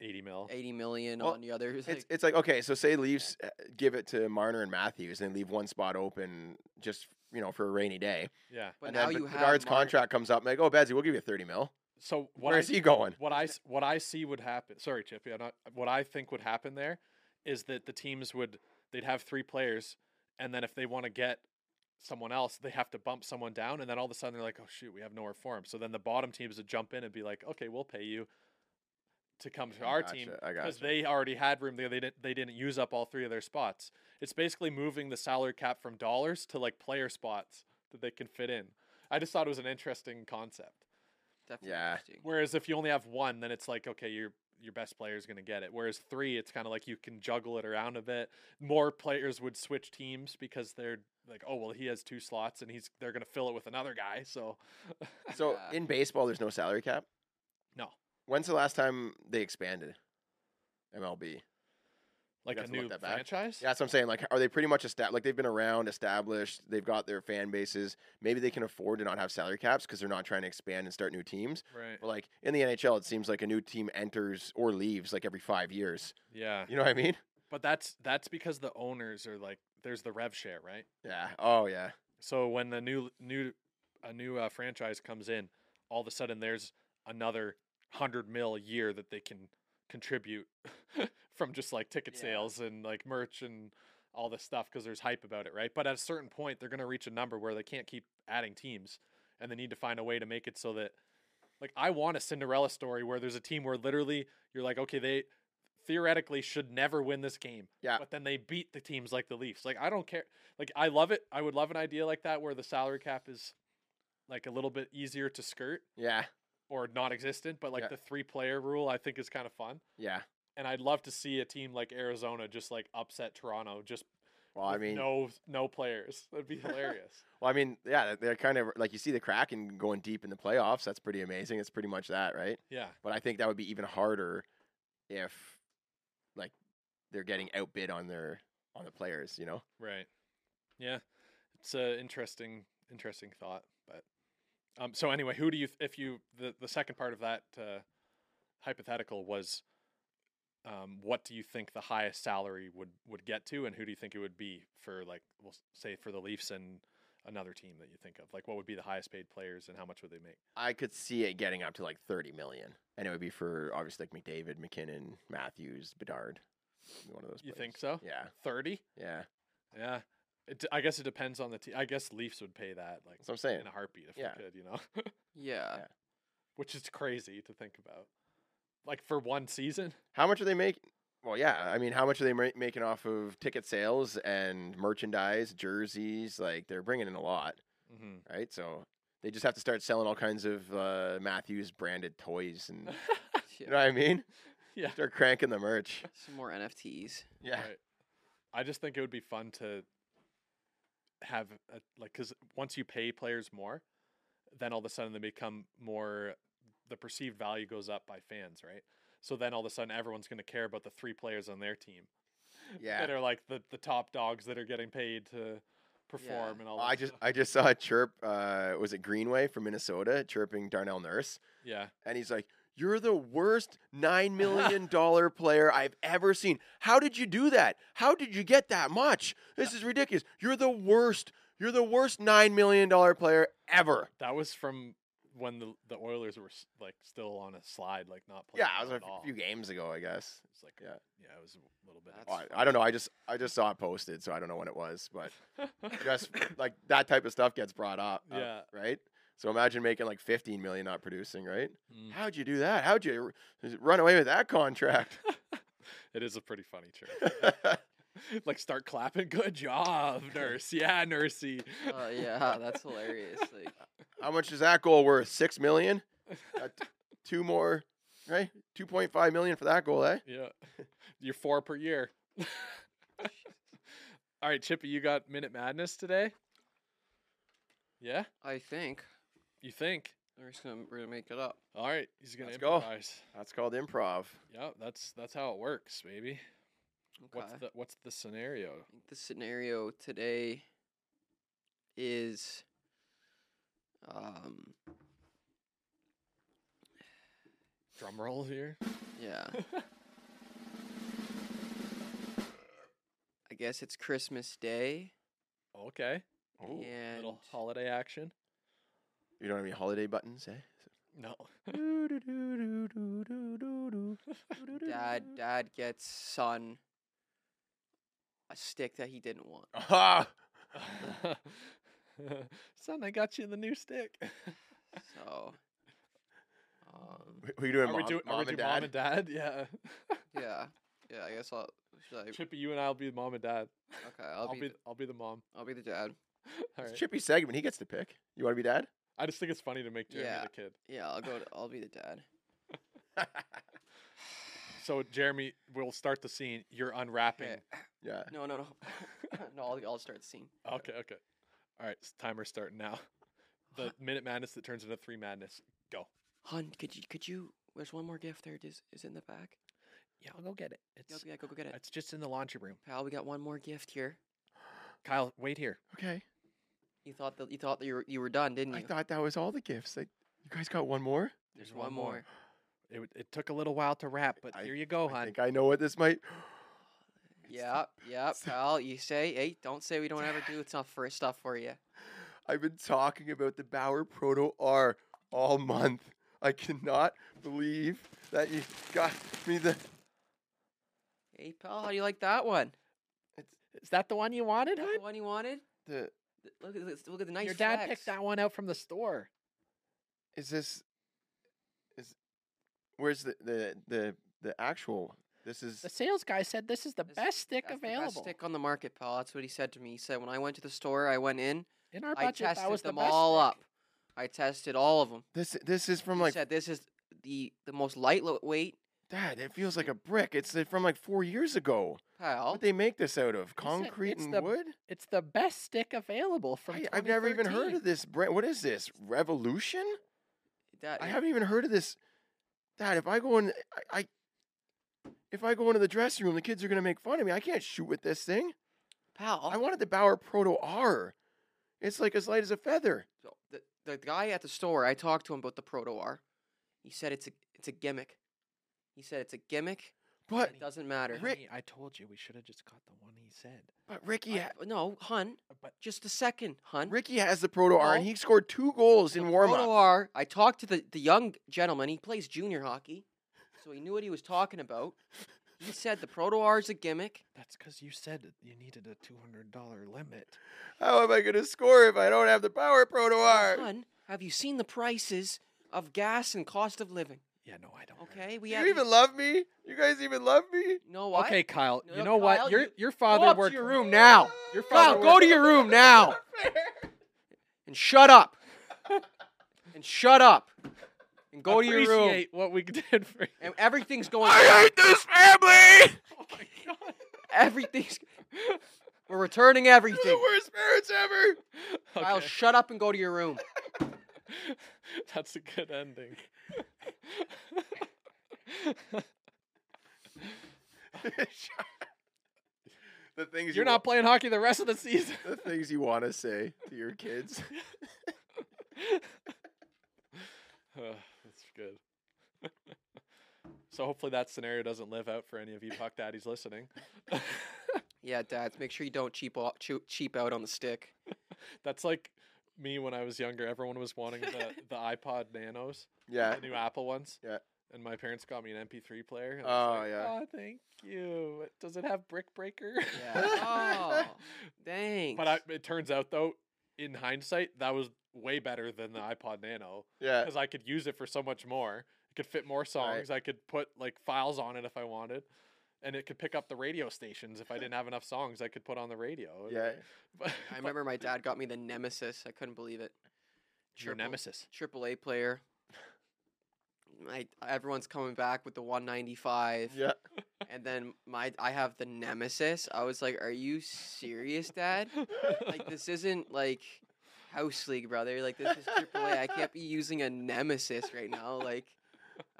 80 mil eighty million Well, on the others. It's, it's like okay, so say Leafs uh, give it to Marner and Matthews, and they leave one spot open just you know for a rainy day. yeah but and now then you Bedard's have Mar- contract comes up, and like, oh, Bedsy, we'll give you thirty mil. so what I, Where's he going? What I s- what I see would happen. Sorry, Chippy. I'm not, what I think would happen there is that the teams would they'd have three players, and then if they want to get someone else, they have to bump someone down, and then all of a sudden they're like, oh shoot, we have nowhere for him. So then the bottom teams would jump in and be like, okay, we'll pay you to come to I our gotcha, team I gotcha. they already had room there. They didn't they didn't use up all three of their spots. It's basically moving the salary cap from dollars to like player spots that they can fit in. I just thought it was an interesting concept. Definitely Yeah. interesting. Whereas if you only have one, then it's like okay, your your best player is going to get it. Whereas three, it's kind of like you can juggle it around a bit. More players would switch teams because they're like, oh well, he has two slots and he's they're going to fill it with another guy. So So Yeah. in baseball, there's no salary cap. No. When's the last time they expanded? MLB. like a have to look new that back. franchise. Yeah, that's what I'm saying. Like, are they pretty much established? Like, they've been around, established. They've got their fan bases. Maybe they can afford to not have salary caps because they're not trying to expand and start new teams. Right. But like in the NHL, it seems like a new team enters or leaves like every five years. Yeah. You know what I mean? But that's that's because the owners are like there's the rev share, right? Yeah. Oh yeah. So when the new new a new uh, franchise comes in, all of a sudden there's another hundred mil a year that they can contribute from just like ticket Yeah. sales and like merch and all this stuff because there's hype about it, right? But at a certain point, they're gonna reach a number where they can't keep adding teams, and they need to find a way to make it so that like I want a Cinderella story where there's a team where literally you're like, okay, they theoretically should never win this game. Yeah. But then they beat the teams like the Leafs. Like I don't care. Like I love it. I would love an idea like that where the salary cap is like a little bit easier to skirt Yeah. or non-existent, but like Yeah. the three-player rule I think is kind of fun. Yeah. And I'd love to see a team like Arizona just like upset Toronto just Well, I with mean, no no players. That'd be hilarious. well, I mean, yeah, they're- they're kind of like you see the Kraken going deep in the playoffs. That's pretty amazing. It's pretty much that, right? Yeah. But I think that would be even harder if like they're getting outbid on their on the players, you know? Right. Yeah. It's a interesting interesting thought, but um so anyway, who do you if you the the second part of that uh hypothetical was um what do you think the highest salary would would get to and who do you think it would be for like we'll s- say for the Leafs and another team that you think of? Like what would be the highest paid players and how much would they make? I could see it getting up to like 30 million. And it would be for obviously like McDavid, McKinnon, Matthews, Bedard. One of those. You players. think so? Yeah. 30? Yeah. Yeah. It, d- I guess it depends on the team. I guess Leafs would pay that like That's what I'm saying. in a heartbeat if Yeah. we could, you know. Yeah. Yeah. which is crazy to think about. Like for one season, How much are they making? Well, yeah. I mean, how much are they ma- making off of ticket sales and merchandise, jerseys? Like they're bringing in a lot, right? So they just have to start selling all kinds of uh, Matthews branded toys and you know what I mean? Yeah. Start cranking the merch. Some more NFTs. Yeah. Right. I just think it would be fun to have a, like because once you pay players more, then all of a sudden they become more. The perceived value goes up by fans, right? So then all of a sudden everyone's going to care about the three players on their team Yeah. that are like the the top dogs that are getting paid to perform Yeah. and all. Well, that I just stuff. I just saw a chirp. Uh, was it Greenway from Minnesota chirping Darnell Nurse, yeah. and he's like, "You're the worst nine million dollar player I've ever seen. How did you do that? How did you get that much? This is ridiculous. You're the worst. You're the worst nine million dollar player ever." That was from when the the Oilers were s- like still on a slide, like not playing. Yeah, it was well a at all. few games ago, I guess. It's like yeah, Yeah. yeah, it was a little bit. Well, That's- I, I don't know. I just I just saw it posted, so I don't know when it was, but just like that type of stuff gets brought up. up, Yeah. right. So imagine making like 15 million not producing, right? Mm. How'd you do that? How'd you r- run away with that contract? it is a pretty funny trick. like start clapping. Good job, nurse. Yeah, nursey. Oh yeah, that's hilarious. Like, How much is that goal worth? Six million? Uh, t- two more, right? 2.5 million for that goal, eh? Yeah, you're four per year. all right, Chippy, you got minute madness today. Yeah, I think you think? we're just gonna we're gonna make it up. All right, he's gonna Let's go. improvise. That's called improv. Yeah, that's that's how it works, baby. Okay. What's the what's the scenario? think the scenario today is um Drum roll here. yeah i guess it's christmas day Okay. Oh. and Little holiday action. You don't have any holiday buttons, eh? No. dad dad gets son a stick that he didn't want Ah, Son, I got you the new stick. so um we doing are mom, we doing mom are we and doing dad? mom and dad? Yeah. yeah yeah i guess i'll should i Chippy, you and I'll be the mom and dad. okay i'll, I'll, be, be the, I'll be the mom. i'll be the dad All It's right. Chippy segment. He gets to pick. You want to be dad? I just think it's funny to make Jeremy Yeah. the kid. Yeah, I'll go. To, I'll be the dad. So Jeremy, we'll start the scene. You're unwrapping. Okay. yeah. No, no, no. no, I'll, I'll start the scene. Okay, okay. All right, s- timer's starting now. The minute madness that turns into three madness. Go. Hun, could you? Could you? There's one more gift there. Is is it in the back? Yeah, I'll go get it. Yeah, yeah, go go get it. it's just in the laundry room. Pal, we got one more gift here. Kyle, wait here. Okay. You thought that you thought that you were, you were done, didn't I you? thought that was all the gifts. Like, you guys got one more? There's one more. It, w- it took a little while to wrap, but I- here you go, I Oh, hon. think I know what this might. Yeah, yeah, it's the- pal. You say, hey, don't say we don't ever do it's not first stuff for you. I've been talking about the Bauer Proto R all month. I cannot believe that you got me the. Hey, pal, how do you like that one? Is that the one you wanted, Is that the one you wanted? the Th- Look at this. Look at the nice. Your dad flex. picked that one out from the store. is this? Is where's the the the the actual? This is The sales guy said this is the This- best stick That's the best available stick on the market, pal. That's what he said to me. He said when I went to the store, I went in, in our I budget. tested that was them the best all stick. up. I tested all of them. this this is from He like said this is the the most lightweight, Dad. It feels like a brick. It's uh, from like four years ago. pal. What they make this out of? Concrete Oh. it's and the wood? It's the best stick available from. I, I've never even heard of this brand. What is this? Revolution? That- Uh, I haven't even heard of this. Dad, if I go in, I, I if I go into the dressing room, the kids are gonna make fun of me. I can't shoot with this thing. pal. Oh. I wanted the Bauer Proto R. It's like as light as a feather. So the, the guy at the store, I talked to him about the Proto R. He said it's a it's a gimmick. He said it's a gimmick. But It doesn't matter. Rick- I told you we should have just got the one he said. but I- Ricky, ha- but no, hun, But just a second, hun. Ricky has the Proto R, and No. he scored two goals The in warm Proto up. R. I talked to the the young gentleman. He plays junior hockey, so he knew what he was talking about. He said the Proto R is a gimmick. that's because you said that you needed a two hundred dollar limit. How am I gonna score if I don't have the Bauer Proto But R? Hun, have you seen the prices of gas and cost of living? Yeah, no, I don't. Okay, we You have even love me? You guys even love me? no what? Okay, Kyle. No, you know what? Kyle, Your you- your father up to worked your room now. Your Kyle, father go worked, to your room now. and shut up. and shut up. And go to your room. appreciate what we did for you. And everything's going. I hate this family. Everything's. We're returning everything. You're the worst parents ever. Kyle, shut up and go to your room. That's a good ending. the things You're you wa- not playing hockey the rest of the season. the things you want to say to your kids. Ugh, that's good. so hopefully that scenario doesn't live out for any of you puck daddies listening. Yeah, dads, make sure you don't cheap out, cheap out on the stick. That's like me when I was younger. Everyone was wanting the, the iPod Nanos, Yeah. the new Apple ones. Yeah. And my parents got me an MP3 player. And I was Oh, like, yeah. Oh, thank you. Does it have Brick Breaker? Yeah. oh, dang. But I, it turns out though, in hindsight, that was way better than the iPod Nano Yeah. because I could use it for so much more. It could fit more songs. I could put like files on it if I wanted, and it could pick up the radio stations if I didn't have enough songs I could put on the radio. and- Yeah. But, I remember my dad got me the Nemesis. I couldn't believe it. your nemesis. Triple A player. I, everyone's coming back with the 195. Yeah. And then my I have the Nemesis. I was like, "Are you serious, Dad? like this isn't like House League, brother. Like this is AAA. I can't be using a Nemesis right now. Like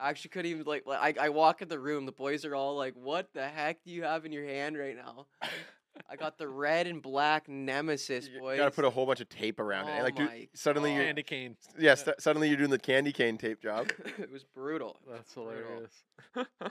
I actually couldn't even like. like I I walk in the room. The boys are all like, "What the heck do you have in your hand right now?" I got the red and black Nemesis, You boys. gotta put a whole bunch of tape around it. Oh Like, dude, my suddenly you're, Candy cane. yeah, st- suddenly you're doing the candy cane tape job. it was brutal. That's Brutal. hilarious.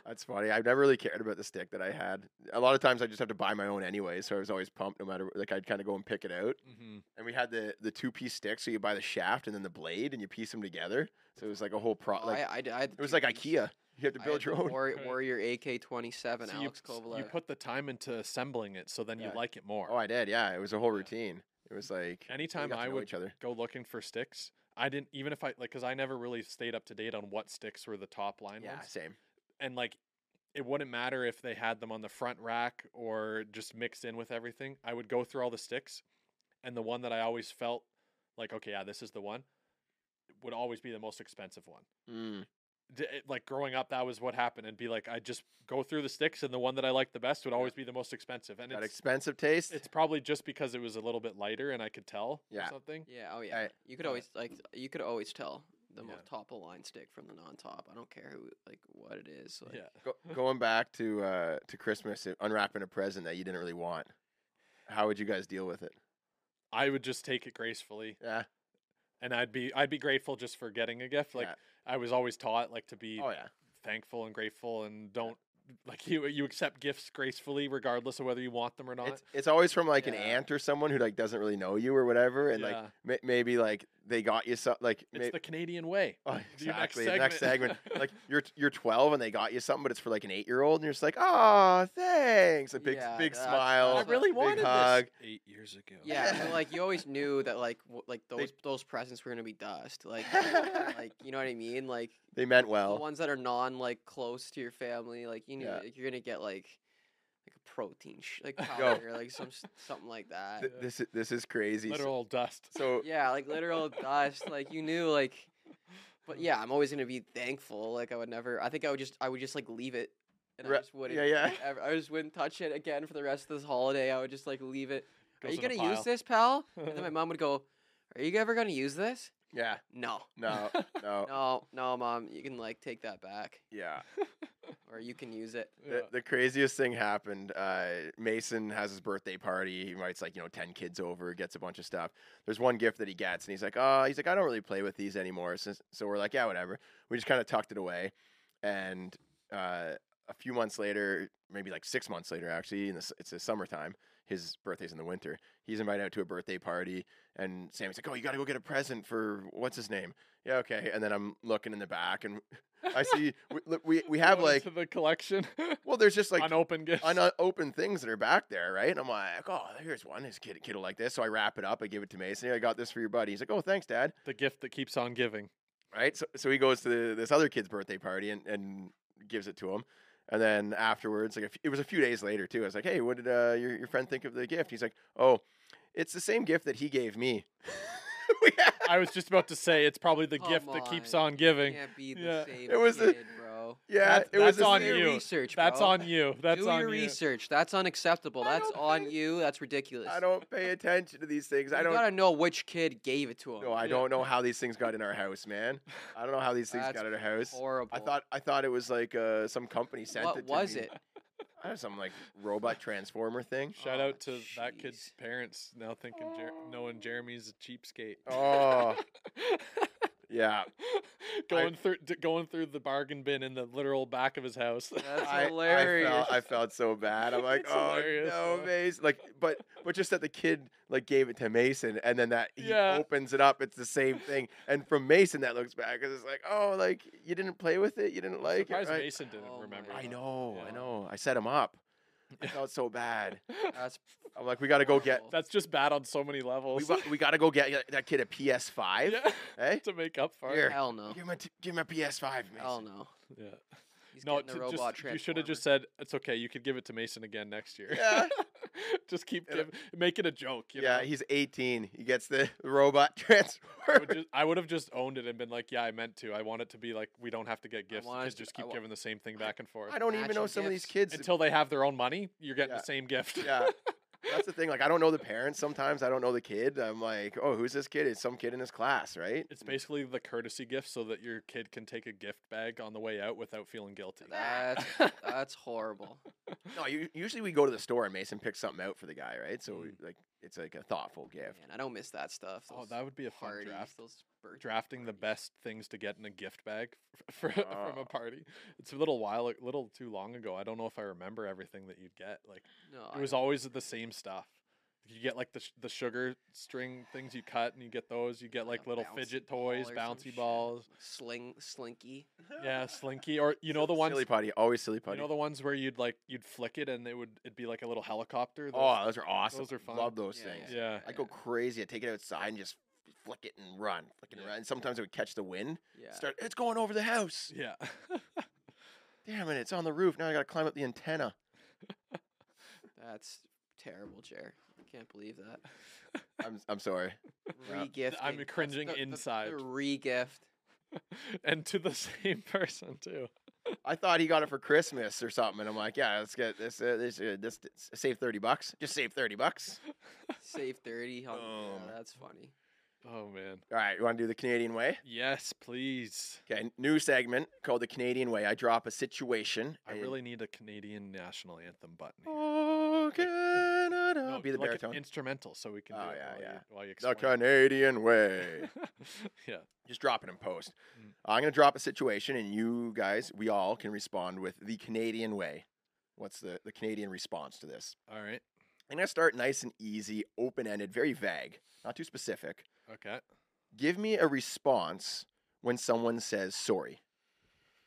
That's funny. I've never really cared about the stick that I had. A lot of times I just have to buy my own anyway, so I was always pumped no matter what- like I'd kind of go and pick it out. hmm And we had the the two piece stick, so you buy the shaft and then the blade, and you piece them together. So it was like a whole pro. Like Oh, I, I, d- I had it was like IKEA. IKEA. You have to I build had your the own. Warri- Right. Warrior AK twenty seven, you, Alex s- Kovalev. you put the time into assembling it, so then Yeah. you like it more. Oh, I did. Yeah, it was a whole routine. It was like we Anytime got to I know would each other. go looking for sticks. I didn't even if I like because I never really stayed up to date on what sticks were the top line Yeah, ones, same. and like it wouldn't matter if they had them on the front rack or just mixed in with everything. I would go through all the sticks, and the one that I always felt like, okay, yeah, this is the one, would always be the most expensive one. Mm. D- it- like growing up, that was what happened, and be like, I just go through the sticks, and the one that I liked the best would always be the most expensive, and That it's expensive taste. it's probably just because it was a little bit lighter, and I could tell Yeah. or something. Yeah. Oh yeah. I- you could always like you could always tell the Yeah. mo- top of the line stick from the non top. I don't care who like what it is. Like, Yeah, Go, going back to uh, to Christmas, uh, unwrapping a present that you didn't really want. How would you guys deal with it? I would just take it gracefully. Yeah. and I'd be I'd be grateful just for getting a gift. Like Yeah. I was always taught like to be Oh yeah. thankful and grateful and don't like you you accept gifts gracefully regardless of whether you want them or not. It's it's always from like an Yeah. aunt or someone who like doesn't really know you or whatever, and like Yeah. ma- maybe like they got you something like It's may- the Canadian way. Oh, Your next exactly. The Next segment. segment. like you're you're 12 and they got you something, but it's for like an eight year old, and you're just like, oh, thanks. A big Yeah, big that's- smile. I also- really Oh, big wanted hug. this eight years ago. Yeah, and, like you always knew that like w- like They- those those presents were gonna be dust. Like like you know what I mean? Like They meant the well. ones that are non like close to your family. Like you know Yeah. like, you're gonna get like like a protein sh- like Yo. powder or like some s- something like that. Th- This is this is crazy. So, literal dust. so yeah, like literal dust. Like you knew like but yeah, I'm always gonna be thankful. Like I would never I think I would just I would just like leave it. And Re- I just wouldn't yeah, yeah. ever- I just wouldn't touch it again for the rest of this holiday. I would just like leave it. Goes are you in a gonna use pile. this, pal? And then my mom would go, Are you ever gonna use this? yeah, No. no, no, No, no, mom, you can like take that back. yeah. Or you can use it. Yeah. The, the craziest thing happened. Uh, Mason has his birthday party. He invites like you know ten kids over, gets a bunch of stuff. There's one gift that he gets, and he's like, "Oh, he's like, I don't really play with these anymore." So, so we're like, "Yeah, whatever." We just kind of tucked it away, and uh, a few months later, maybe like six months later, actually, in the, s- it's the summertime. His birthday's in the winter. He's invited out to a birthday party, and Sammy's like, "Oh, you got to go get a present for what's his name?" Yeah, okay. And then I'm looking in the back, and I see we look, we, we have Going like. to the collection. Well, there's just like unopened gifts. unopened things that are back there, right? And I'm like, oh, here's one. This kid kid'll like this. So I wrap it up. I give it to Mason. Here, I got this for your buddy. He's like, oh, thanks, Dad. the gift that keeps on giving. Right. So so he goes to this other kid's birthday party and, and gives it to him. And then afterwards, like a f- it was a few days later too. I was like, hey, what did uh, your your friend think of the gift? He's like, oh, it's the same gift that he gave me. We had- I was just about to say it's probably the Come gift that keeps on. on giving. Can't be the Yeah. same It was a- kid, bro. yeah, That's- it was that's the on Do same- your you. research, That's bro. on you. That's Do on your you. research. That's unacceptable. I That's don't on think- you. That's ridiculous. I don't pay attention to these things. I You don't. gotta know which kid gave it to him. No, I don't know how these things got in our house, man. I don't know how these things That's got in our house. Horrible. I thought I thought it was like uh, some company sent What it. To was me. it? I don't know, some like robot transformer thing. Shout Aw, out to that kid's jeez. parents now thinking Jer- knowing Jeremy's a cheapskate. Oh, yeah. going through d- going through the bargain bin in the literal back of his house. That's I, hilarious. I felt, I felt so bad. I'm like, It's oh hilarious, no, though. Mason. Like, but but just that the kid like gave it to Mason, and then that he Yeah. opens it up, it's the same thing. And from Mason, that looks back because it's like, oh, like you didn't play with it, you didn't I'm like surprised it. right? Mason didn't Oh my remember. I that. know, I Yeah. know. I set him up. I Yeah. felt so bad. That's I'm like, we got to go get. horrible. That's just bad on so many We, levels. wa- we got to go get that kid a PS5. Yeah, Hey, to make up for Here. it. hell no. give him a t- give him a PS5, Mason. Oh, Hell no. Yeah. He's No, getting to the robot just, you should have just transformer. said it's okay. You could give it to Mason again next year. Yeah. just keep Yeah. give, make it a joke. You yeah, know? he's 18. He gets the robot transfer. would just, I would have just owned it and been like, "Yeah, I meant to. I want it to be like we don't have to get gifts. The want us Kids to- just I keep wa- giving the same thing back and forth I don't even know Matching some of these kids. gifts. until they have their own money. You're getting Yeah. the same gift. yeah, that's the thing. Like, I don't know the parents. Sometimes I don't know the kid. I'm like, oh, who's this kid? It's some kid in his class, right? It's Mm. basically the courtesy gift so that your kid can take a gift bag on the way out without feeling guilty. That's that's horrible. No, you, usually we go to the store and Mason picks something out for the guy, right? So Mm. like, it's like a thoughtful gift. Man, I don't miss that stuff. oh, those that would be a fun parties, draft. Those birthday Drafting the parties. best things to get in a gift bag f- for, Oh. from a party. It's a little while, a little too long ago. I don't know if I remember everything that you'd get. Like No, it I was always the same stuff. You get like the sh- the sugar string things you cut, and you get those. You get like like a little bouncy fidget ball toys, or some bouncy shit. balls. Sling Slinky. Yeah, Slinky, or you know the ones Silly putty, always silly you putty. know the ones where you'd like you'd flick it and it would it'd be like a little helicopter. oh, those are awesome. those are fun. Love those Yeah, things. yeah. I go crazy. I take it outside and just flick it and run, flick it and Yeah. run. Sometimes it would catch the wind. Yeah. Start, it's going over the house. Yeah. Damn it, it's on the roof. Now I got to climb up the antenna. That's terrible, Jer. Can't believe that. I'm I'm sorry. Yeah. Regift. I'm cringing inside. Regift. and to the same person too. I thought he got it for Christmas or something, and I'm like, yeah, let's get this. Uh, this uh, this this- save thirty bucks. Just save thirty bucks. Save thirty. huh? Yeah, Boom. that's funny. Oh man. All right, you want to do the Canadian way? Yes, please. Okay, new segment called the Canadian way. I drop a situation. I and- really need a Canadian national anthem button. Here. Oh Canada. No, be the like an baritone. instrumental, so we can. Oh, do it yeah, while yeah. You, while you the explain. Canadian way. yeah. just drop it in post. Mm. I'm gonna drop a situation, and you guys, we all can respond with the Canadian way. What's the the Canadian response to this? All right. I'm gonna start nice and easy, open ended, very vague, not too specific. Okay. Give me a response when someone says sorry.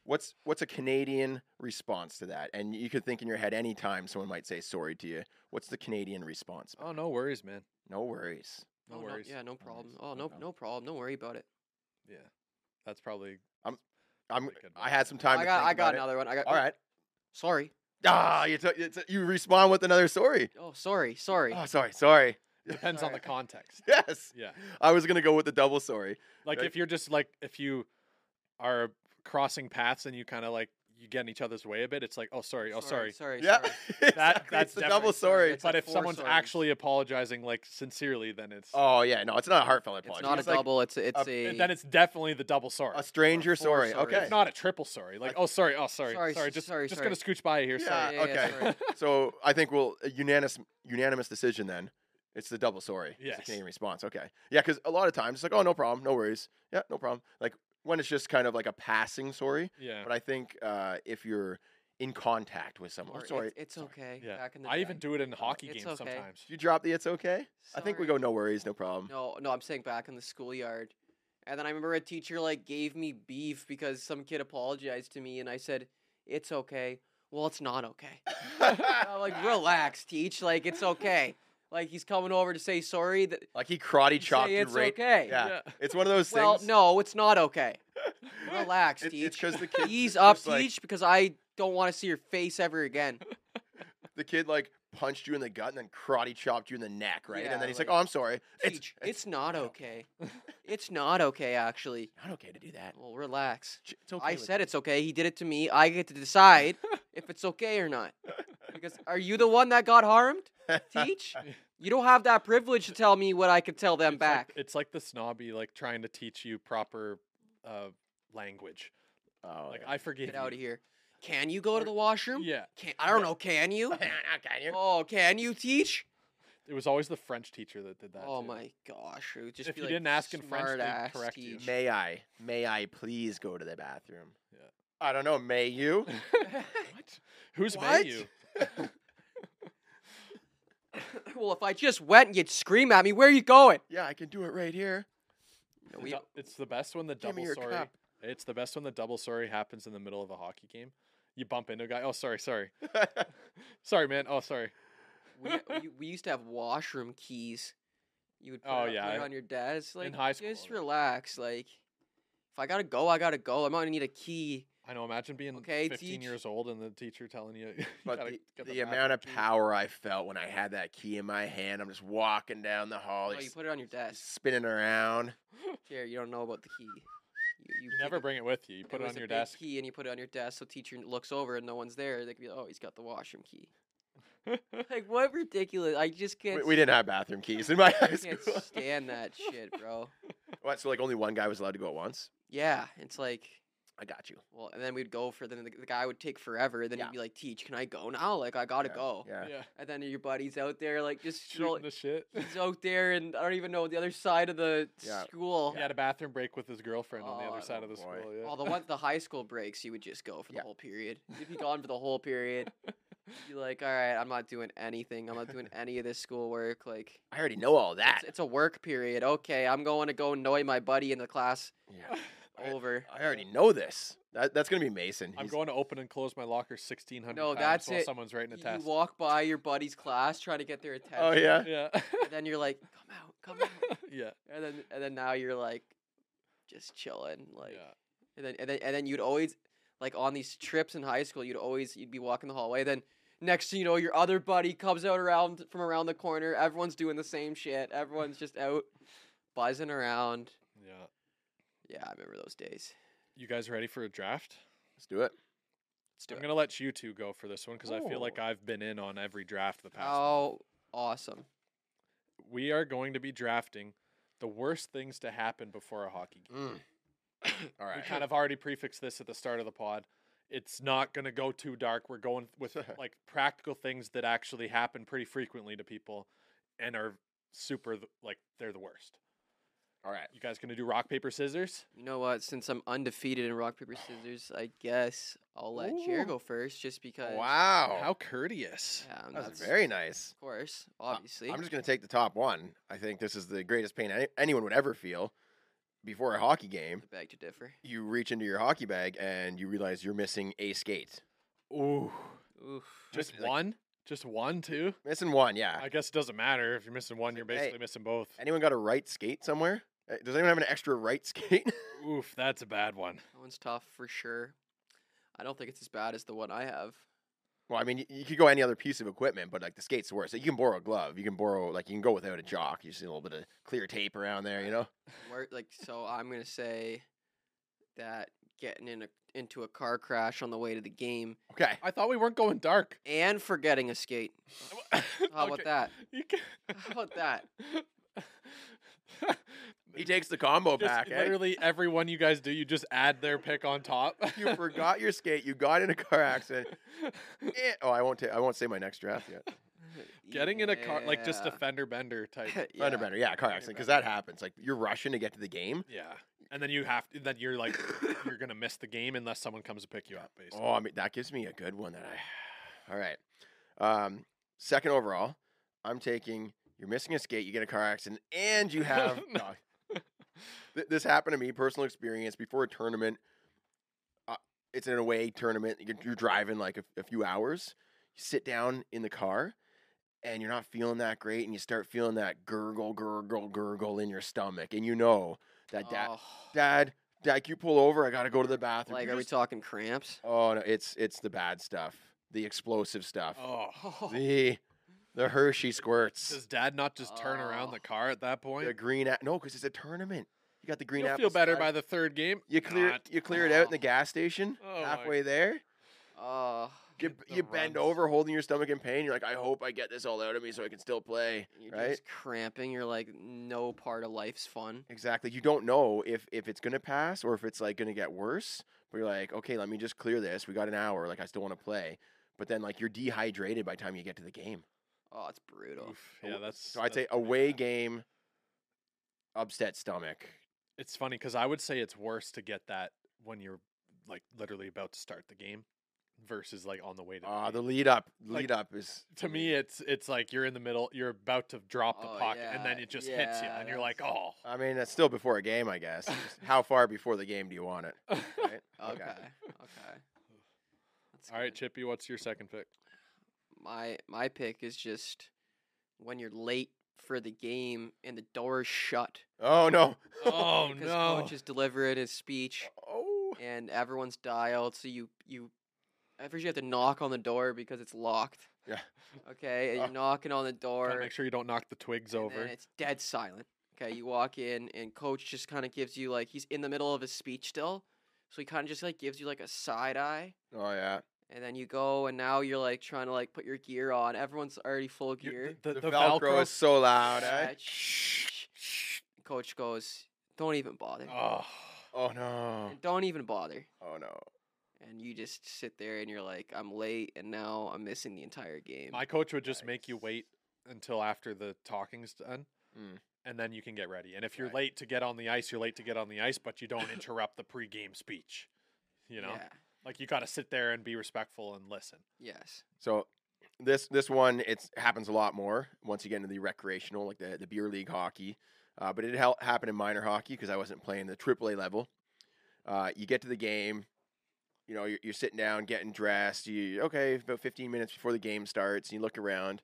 What's what's a Canadian response to that? And you could think in your head anytime someone might say sorry to you. What's the Canadian response? Oh no worries, man. No worries. No oh, worries. yeah, no worries. problem. No Oh, no, problem. no problem. Don't worry about it. Yeah. That's probably. I'm. Pretty good I one. had some time. I to got, think I got about another one. I got. It. All oh, right. Sorry. Ah, you took you, took- you respond with another sorry. Oh, sorry, sorry. Oh, sorry, sorry. Depends on the Sorry. context. Yes. Yeah. I was gonna go with the double sorry. Like Right. if you're just like if you are crossing paths and you kind of like you get in each other's way a bit, it's like oh sorry, oh sorry. sorry, yeah. sorry. exactly, that's it's the double definitely sorry. It's But like if four someone's sorries. actually apologizing like sincerely, then it's eh, Oh yeah, no, it's not a heartfelt apology. It's not a like double. It's a, it's a- a. then it's definitely the double sorry. A stranger Or four sorry. sorries. Okay. It's not a triple sorry. Like oh sorry, oh sorry, Sorry, sorry, s- just sorry, just sorry. gonna scooch by here. yeah, Sorry. yeah, yeah, okay. so I think we'll a unanimous unanimous decision then. It's the double sorry. It's the Yes. Canadian response. Okay. Yeah, because a lot of times it's like, oh no problem, no worries. Yeah, no problem. Like when it's just kind of like a passing sorry. Yeah. But I think uh, if you're in contact with Or someone, it's- sorry. It's, okay. Yeah. Back in the I day. even do it in hockey It's games okay. sometimes. you drop the it's okay. I think we go Sorry. no worries, no problem. No, no, I'm saying back in the schoolyard. And then I remember a teacher like gave me beef because some kid apologized to me and I said, It's okay. Well, it's not okay. I'm like, relax, teach. Like, it's okay. Like, he's coming over to say sorry. That, like he karate chopped say you it's right. okay. Yeah. It's one of those Well, things. no, it's not okay. Relax, It- it's teach. because the kid was Ease up, like- teach, because I don't want to see your face ever again. the kid like punched you in the gut and then karate chopped you in the neck, right? Yeah, and then he's like, like, "Oh, I'm sorry. It's, Teach, it's, not okay. it's not okay, actually. not okay to do that. Well, relax. Ch- It's okay." I with said me." it's okay. He did it to me. I get to decide if it's okay or not. Because are you the one that got harmed? Teach? You don't have that privilege to tell me what I could tell them It's like- back. it's like the snobby like trying to teach you proper uh, language. Oh, Like yeah. I forgive. get out of you. here. Can you go to the washroom? Yeah, Can, I don't know. Can you? Oh, can you teach? it was always the French teacher that did that. Oh too. my gosh. It would just If be you like, didn't ask in French, they'd "Smartass correct you." teach." May I? May I please go to the bathroom? Yeah. I don't know. May you? What? Who's What? menu? well, if I just went, you'd scream at me. Where are you going? yeah, I can do it right here. No, The we- du- it's the best when the Give me double your sorry. cup. It's the best when the double sorry happens in the middle of a hockey game. You bump into a guy. Oh, sorry, sorry, sorry, man. Oh, sorry. we, we, we used to have washroom keys. You would put, Oh, it, yeah, put it I- on your desk. Like, high school, Just like- relax. Like, if I gotta go, I gotta go. I'm gonna need a key. I know. Imagine being Okay, 15 teach. years old and the teacher telling you. you But gotta the, get the, bathroom amount of key. power I felt when I had that key in my hand, I'm just walking down the hall, Oh, you just put it on your desk. spinning around. Here, you don't know about the key. You, You never bring it with you. You put it, was on a your big desk. Key and you put it on your desk. So teacher looks over and no one's there. They could be like, oh, he's got the washroom key. like what ridiculous! I just can't. We, we didn't have bathroom keys in my high I can't school. stand that shit, bro. What? So like only one guy was allowed to go at once. Yeah, it's like I got you. well, and then we'd go for then the, the guy would take forever. Then Yeah. he'd be like, "Teach, can I go now? Like I gotta Yeah, go." Yeah. Oh, Yeah. And then your buddy's out there like just Shooting stroll- the shit. he's out there and I don't even know the other side of the Yeah. school. He had a bathroom break with his girlfriend on the Oh, other side of the boy. school. Yeah. Oh, the one the high school breaks, you would just go for the Yeah. whole period. You'd be gone for the whole period. You'd be like, all right, I'm not doing anything. I'm not doing any of this schoolwork. Like, I already know all that. it's, it's a work period. Okay, I'm going to go annoy my buddy in the class. Yeah. I- Over. I already know this. That, that's gonna be Mason. I'm He's- going to open and close my locker 1600 No, times that's while it. someone's writing a You, you test. walk by your buddy's class trying to get their attention. Oh yeah. yeah. And then you're like, come out, come out. yeah. And then and then now you're like, just chilling, like. yeah. And then, and then and then you'd always like on these trips in high school, you'd always you'd be walking the hallway. Then Next thing you know, your other buddy comes out around from around the corner. Everyone's doing the same shit. Everyone's just out buzzing around. Yeah. Yeah, I remember those days. You guys ready for a draft? Let's do it. do I'm it. gonna let you two go for this one because I feel like Oh. I've been in on every draft the past. month. How awesome! We are going to be drafting the worst things to happen before a hockey game. Mm. All We right. kind of already prefixed this at the start of the pod. It's not gonna go too dark. We're going with like practical things that actually happen pretty frequently to people, and are super th- like they're the worst. All right. You guys gonna do rock paper scissors? You know what? Since I'm undefeated in rock paper scissors, I guess I'll let Chair Ooh. go first, just because. Wow. uh, How courteous! Yeah, that was that's- very nice. Of course, obviously. I'm just going to take the top one. I think this is the greatest pain any- anyone would ever feel before a hockey game. I beg to differ. You reach into your hockey bag and you realize you're missing a skate. Ooh, Oof. just Like- one, just one, two. Missing one, yeah. I guess it doesn't matter if you're missing one. You're like, hey, basically missing both. Anyone got a right skate somewhere? Uh, Does anyone have an extra right skate? Oof, that's a bad one. That one's tough for sure. I don't think it's as bad as the one I have. well, I mean, y- you could go any other piece of equipment, but like the skate's worse. You can borrow a glove. You can borrow like you can go without a jock. You see a little bit of clear tape around there, you know. Where, like, so I'm gonna say that getting in a, into a car crash on the way to the game Okay. I thought we weren't going dark. and forgetting a skate. How about that? You can... How about that? He takes the combo Just pack. eh? literally every one you guys do, you just add their pick on top. You forgot your skate. You got in a car accident. Eh, Oh, I won't. Ta- I won't say my next draft yet. Getting in a car, like just a Yeah. fender bender type. Yeah. Fender bender, yeah, car accident, because that happens. Like you're rushing to get to the game. Yeah, and then you have to. Then you're like, you're gonna miss the game unless someone comes to pick you up. Basically, Oh, I mean that gives me a good one. That I. All right. Um, second overall, I'm taking. You're missing a skate. You get a car accident, and you have. no. Th- This happened to me. Personal experience before a tournament. Uh, it's an away tournament. You're, you're driving like a, a few hours. You sit down in the car. And you're not feeling that great, and you start feeling that gurgle, gurgle, gurgle in your stomach, and you know that dad, Oh, Dad, Dad, can you pull over? I gotta go to the bathroom. like, You are we just- talking cramps? oh no, it's it's the bad stuff, the explosive stuff, Oh. the the Hershey squirts, Does Dad not just turn around Oh. the car at that point? the green. A- no, because it's a tournament. You got the green You'll apple. feel better cider- by the third game. you clear Not. you clear it out in the gas station Oh my- halfway there. Oh, You, Get the you bend runs. over, holding your stomach in pain. You're like, I hope I get this all out of me so I can still play. you're right? just cramping. You're like, no part of life's fun. Exactly. You don't know if if it's gonna pass or if it's like gonna get worse. But you're like, okay, let me just clear this. We got an hour. Like I still want to play. But then like you're dehydrated by the time you get to the game. Oh, it's brutal. Oof, yeah, that's. Oh. So I'd that's say pretty away bad. game, upset stomach. It's funny because I would say it's worse to get that when you're like literally about to start the game, versus like on the way to. Ah, the game. lead up, Like, lead up is to me, it's it's like you're in the middle, you're about to drop the Oh, puck, and then yeah, it just hits you, yeah, and you're like, oh. I mean, that's still before a game, I guess. It's just how far before the game do you want it? Right? Okay. Okay. That's All right, good. Chippy, what's your second pick? my my pick is just when you're late for the game and the door's shut. Oh no. Oh because no! coach is delivering his speech Oh. and everyone's dialed, so you you at first you have to knock on the door because it's locked. Yeah. Okay, and Oh. you're knocking on the Gotta door. make sure you don't knock the twigs and over. then it's dead silent. Okay, you walk in and coach just kind of gives you like he's in the middle of his speech still, so he kind of just like gives you like a side eye. Oh yeah. And then you go, and now you're like trying to like put your gear on. Everyone's already full You- gear. the, The, the Velcro, Velcro- is so loud. Yeah, Eh? shh, shh. Coach goes, "Don't even bother. Oh, Oh no. And Don't even bother." Oh no. And you just sit there and you're like, "I'm late, and now I'm missing the entire game." my coach would just make you wait until after the talking's done. Mm. And then you can get ready. And if you're Right. late to get on the ice, you're late to get on the ice, but you don't interrupt the pregame speech. You know, Yeah. like you got to sit there and be respectful and listen. Yes. So this this one it's happens a lot more once you get into the recreational, like the, the beer league hockey. Uh, but it hel- happened in minor hockey because I wasn't playing the AAA level. Uh, you get to the game, you know, you're, you're sitting down, getting dressed. You okay about 15 minutes before the game starts. You look around,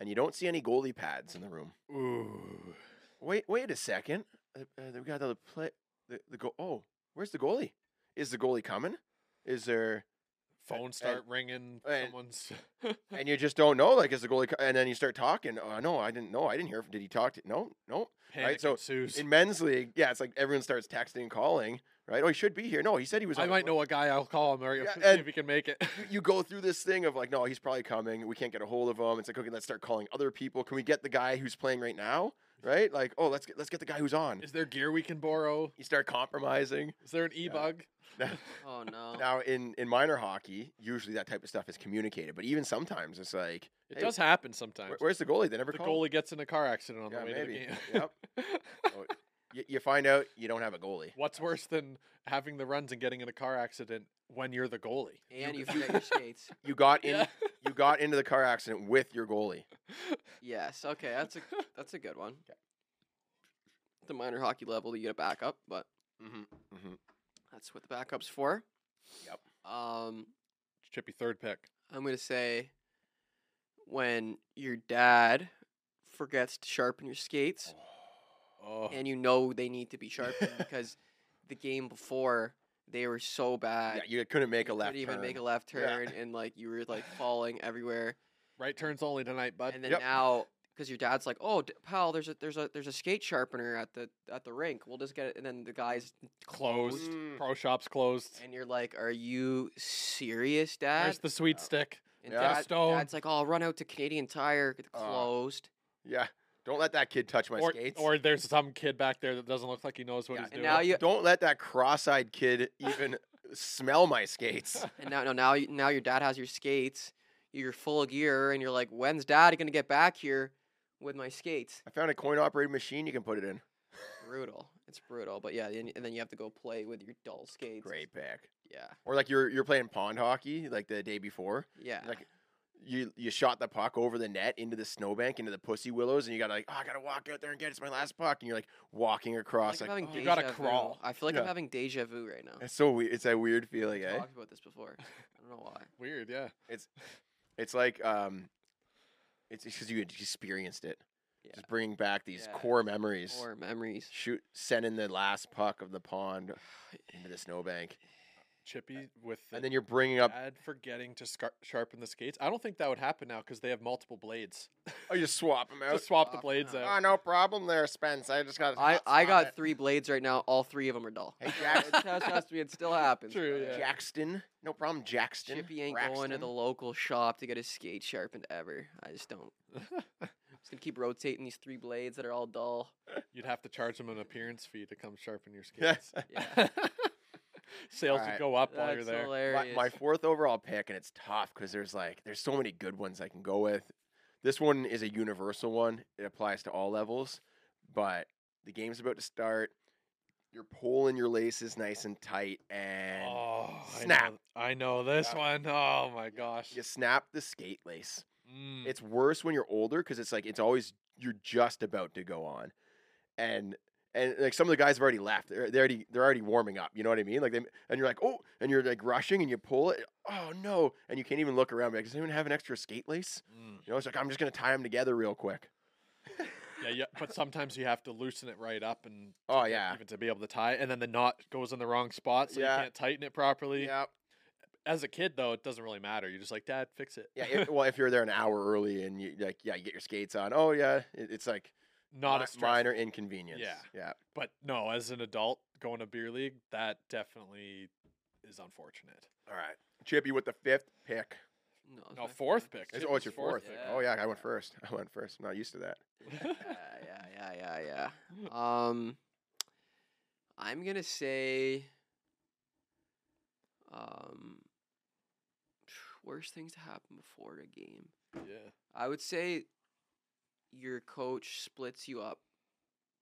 and you don't see any goalie pads in the room. Ooh. Wait, wait a second. Uh, uh, we got the play. The, the go. Oh, where's the goalie? Is the goalie coming? Is there? phone start ringing. and- someone's and you just don't know. Like, is the goalie? co- And then you start talking. Oh no, I didn't know. I didn't hear. Did he talk to? No, no. panic so ensues. In men's league, yeah, it's like everyone starts texting and calling. Right? Oh, he should be here. No, he said he was. I on the might phone." know a guy. I'll call him or Yeah, see and- if he can make it. You, you go through this thing of like, no, he's probably coming. We can't get a hold of him. It's like, okay, let's start calling other people. Can we get the guy who's playing right now? Right? Like, oh, let's get let's get the guy who's on. Is there gear we can borrow? You start compromising. Is there an e bug? Oh no. Now, in in minor hockey, usually that type of stuff is communicated. But even sometimes, it's like, It hey, does happen sometimes. where- where's the goalie? They never the call. goalie gets in a car accident on the way to the game. Yep. Oh, y- you find out you don't have a goalie. What's worse than having the runs and getting in a car accident when you're the goalie? And you forget your skates. You got in. Yeah. you got into the car accident with your goalie. Yes. Okay. That's a that's a good one. The minor hockey level, you get a backup, but Mm-hmm. Mm-hmm. that's what the backup's for. Yep. Um, Chippy third pick. I'm gonna say when your dad forgets to sharpen your skates, Oh, and you know they need to be sharpened because the game before they were so bad. Yeah, you couldn't make a you left. couldn't even turn. make a left Yeah. turn, and like you were like falling everywhere. right turns only tonight, bud. and then Yep. now because your dad's like, "Oh, d- pal, there's a there's a there's a skate sharpener at the at the rink. We'll just get it." And then the guys closed. Mm. Pro shops closed. and you're like, "Are you serious, dad?" There's the sweet Yeah. stick. and Yeah. dad, Stone. dad's like, "Oh, I'll run out to Canadian Tire. Get Uh, closed." Yeah. Don't let that kid touch my Or, skates. or there's some kid back there that doesn't look like he knows what Yeah, he's doing. and now you don't let that cross-eyed kid even smell my skates. and now no now you, now your dad has your skates. You're full of gear, and you're like, "When's dad gonna get back here with my skates?" I found a coin-operated machine you can put it in. brutal. It's brutal, but yeah, and, and then you have to go play with your dull skates. Great pick. Yeah. Or like you're you're playing pond hockey like the day before. Yeah. Like you you shot the puck over the net into the snowbank into the pussy willows and you gotta like oh, I gotta walk out there and get it. it's my last puck and you're like walking I across feel like like, I'm having oh, deja you gotta vu. crawl. I feel like I'm Yeah. having deja vu right now. it's so weird. It's a weird feeling, eh? talked about this before. I don't know why. Weird, Uh, yeah. It's like um, it's because you had experienced it. Yeah. Just bringing back these Yeah. core memories. Or memories. Shoot, sending the last puck of the pond into the snowbank, Chippy with the and then you're bringing up. dad forgetting to scar- sharpen the skates. I don't think that would happen now because they have multiple blades. Oh, you swap them out. Just swap the fuck blades no. Oh, out. no problem there, Spence. I just got. I, I got three blades right now. All three of them are dull. Hey, It Jackson. has, has to be. It still happens. True, brother. yeah. Jackston. No problem, Jackston. Chippy ain't going to the Raxton. local shop to get his skate sharpened ever. I just don't. Just gonna keep rotating these three blades that are all dull. You'd have to charge them an appearance fee to come sharpen your Yeah. skates. Yeah. Sales Alright. would go up while That's you're there. hilarious. My, my fourth overall pick, and it's tough because there's like there's so many good ones I can go with. This one is a universal one. It applies to all levels, but the game's about to start. You're pulling your laces nice and tight, and Oh, Snap. I know, I know this Yeah. one. Oh my gosh. you snap the skate lace. Mm. It's worse when you're older because it's like it's always you're just about to go on, and and like some of the guys have already left. They're, they're already they're already warming up. You know what I mean? Like they and you're like oh, and you're like rushing and you pull it. Oh no! And you can't even look around. be Like, does anyone have an extra skate lace? Mm. You know, it's like I'm just gonna tie them together real quick. Yeah, yeah, but sometimes you have to loosen it right up and Oh to- yeah, even to be able to tie, and then the knot goes in the wrong spot, so Yeah. you can't tighten it properly. yeah, As a kid, though, it doesn't really matter. You're just like, Dad, fix it. yeah. If, well, if you're there an hour early and you like, yeah, you get your skates on. Oh yeah, it, it's like not mi- a stress. minor inconvenience. Yeah. yeah. But no, as an adult going to beer league, that definitely is unfortunate. All right, Chippy with the fifth pick. no, it's No, my fourth pick. It's, Chip oh, was it's your fourth. pick. Oh yeah, I went first. I went first. I'm not used to that. yeah, yeah, yeah, yeah, yeah. Um, I'm gonna say, um, worst things to happen before a game. yeah. I would say your coach splits you up.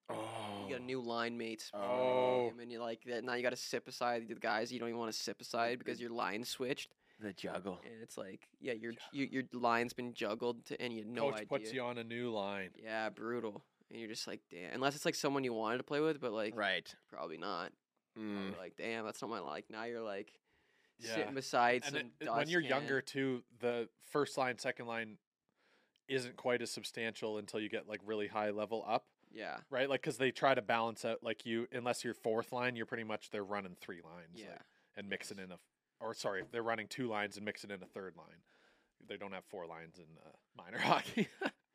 Oh, You got a new line mates. before the Oh. game, and you're like that. Now you got to sit beside the guys you don't even want to sit beside because your line switched, the juggle. and it's like, yeah, your you, your line's been juggled, to, and you had no Coach idea. puts you on a new line. Yeah, brutal. And you're just like, damn. Unless it's like someone you wanted to play with, but like, Right. probably not. Mm. You're like, damn, that's not my like. Now you're like Yeah. sitting beside And some it- it- when you're dustpan. younger, too, the first line, second line isn't quite as substantial until you get like really high level up, Yeah, right? Like, because they try to balance out, like, you, unless you're fourth line, you're pretty much they're running three lines yeah, like, and mixing in a f- or sorry, if they're running two lines and mix it in a third line. They don't have four lines in uh, minor hockey.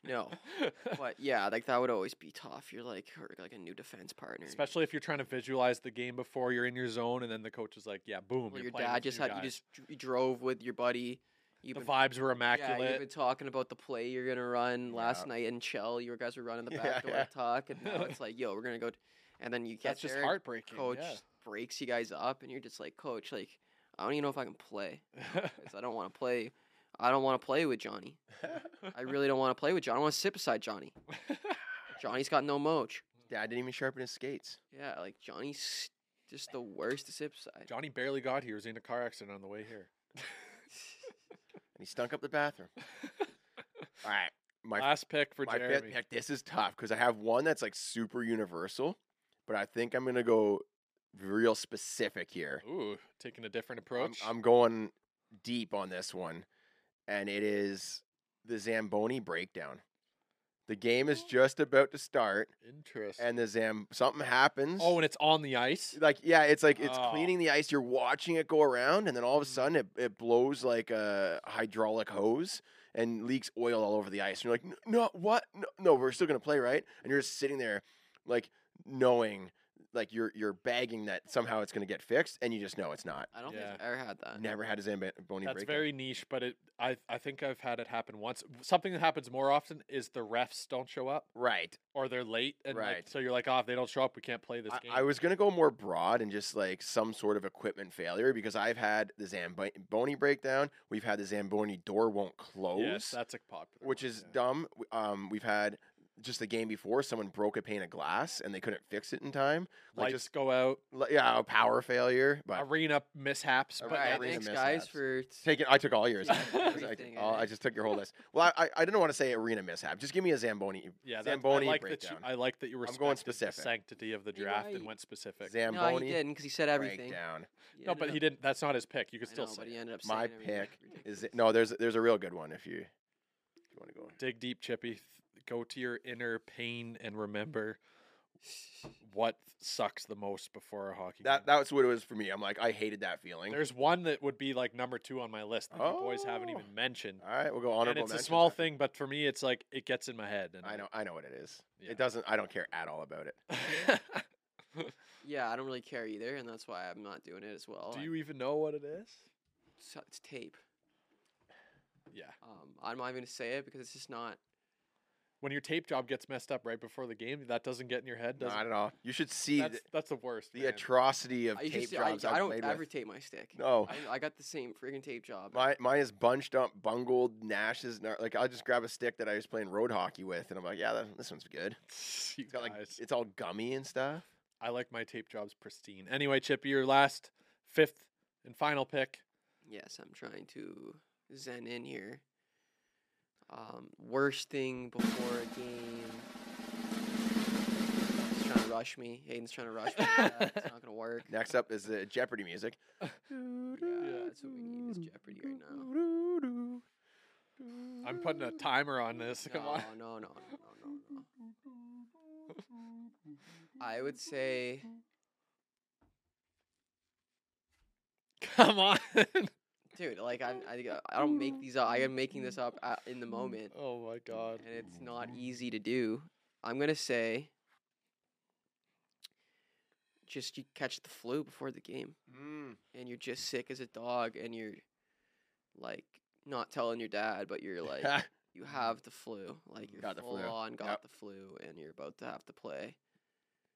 No. But yeah, like that would always be tough. You're like hurt like a new defense partner. Especially if you're trying to visualize the game before you're in your zone, and then the coach is like, "Yeah, boom." Well, you're your playing dad with just new had you guys. just dr- you drove with your buddy. You've the been, vibes were yeah, you've been immaculate. talking about the play you're gonna run last Yeah. night in Chell. You guys were running the Yeah, back door yeah. talk, and now it's like, yo, we're gonna go. t- And then you get That's just there, and heartbreaking. Coach yeah. breaks you guys up, and you're just like, coach, like I don't even know if I can play. 'cause I don't want to play. I don't want to play with Johnny. I really don't want to play with Johnny. I want to sit beside Johnny. Johnny's got no moch. Dad didn't even sharpen his skates. Yeah, like Johnny's just the worst to sit beside. Johnny barely got here. He was in a car accident on the way here. And he stunk up the bathroom. All right. My Last pick for my Jeremy. fifth pick. This is tough because I have one that's like super universal, but I think I'm gonna go real specific here. Ooh, taking a different I'm, approach. I'm going deep on this one, and it is the Zamboni breakdown. The game is just about to start, Interesting. and the Zam something happens. oh, and it's on the ice. like yeah, it's like it's Oh. Mm-hmm. cleaning the ice. You're watching it go around, and then all of a sudden it, it blows like a hydraulic hose and leaks oil all over the ice. And you're like, "N- no, what? No, no, we're still gonna play, right? And you're just sitting there, like knowing, like you're you're bagging that somehow it's gonna get fixed, and you just know it's not. I don't think I've Yeah. ever had that. Never had a Zamboni Uh, That's break. very niche, but it. I I think I've had it happen once. Something that happens more often is the refs don't show up right. or they're late, and like, Right. so you're like, oh, if they don't show up, we can't play this I, game. I was gonna go more broad and just like some sort of equipment failure because I've had the Zamboni breakdown. We've had the Zamboni door won't close. yes, that's a popular, which one, is yeah. dumb. W- Um, we've had just the game before someone broke a pane of glass and they couldn't fix it in time. Like Lights just go out, li- yeah, a power failure. But arena mishaps. All But All yeah, right, these are thanks guys mishaps. for taking, I took all yours. I, was like, Everything, all- eh? I just took your whole list. Well, I, I, I didn't want to say arena mishap. Just give me a zamboni. yeah, that, I zamboni like that. You, breakdown. I like that you I'm going respected the specific. sanctity of the Maybe draft I- and went specific. no, he zamboni didn't because he said everything. breakdown. no, but he didn't. That's not his pick. You could I still know, say but he it. ended up My saying everything. pick Is it, no, there's there's a real good one if you if you want to go. dig deep, Chippy. Th- Go to your inner pain and remember what sucks the most before a hockey That game. that's what it was for me. I'm like I hated that feeling. There's one that would be like number two on my list that you boys haven't Oh. even mentioned. all right, we'll go honorable. and it's a mentions small after. thing, but for me, it's like it gets in my head. And I know I know what it is. Yeah. It doesn't. I don't care at all about it. Yeah, I don't really care either, and that's why I'm not doing it as well. Do I- you even know what it is? it's, it's tape. Yeah. Um, I'm not even gonna say it because it's just not. When your tape job gets messed up right before the game, that doesn't get in your head, does Not it? at all. You should see That's, th- that's the worst. the, man. atrocity of I, used tape to- jobs I, I've I don't played ever with. tape my stick. No, I, I got the same friggin' tape job. my mine is bunched up, bungled, Nash's. gnar- Like I'll just grab a stick that I was playing road hockey with, and I'm like, yeah, that, this one's good. You It's got like guys. it's all gummy and stuff. I like my tape jobs pristine. Anyway, Chippy, your last, fifth, and final pick. Yes, I'm trying to zen in here. Um, worst thing before a game. He's trying to rush me. Hayden's trying to rush me. with that. It's not gonna work. Yeah, Next up is the Jeopardy music. that's what we need is Jeopardy right now. I'm putting a timer on this. Come on. No, no, no, no, no, no, no. I would say Come on. dude, like I, I, think I- I don't make these up. I am making this up at, in the moment, oh my god. and it's not easy to do. I'm gonna say, just you catch the flu before the game, Mm. and you're just sick as a dog, and you're like not telling your dad, but you're like you have the flu, like you're Got the full flu. on got Yep. the flu, and you're about to have to play.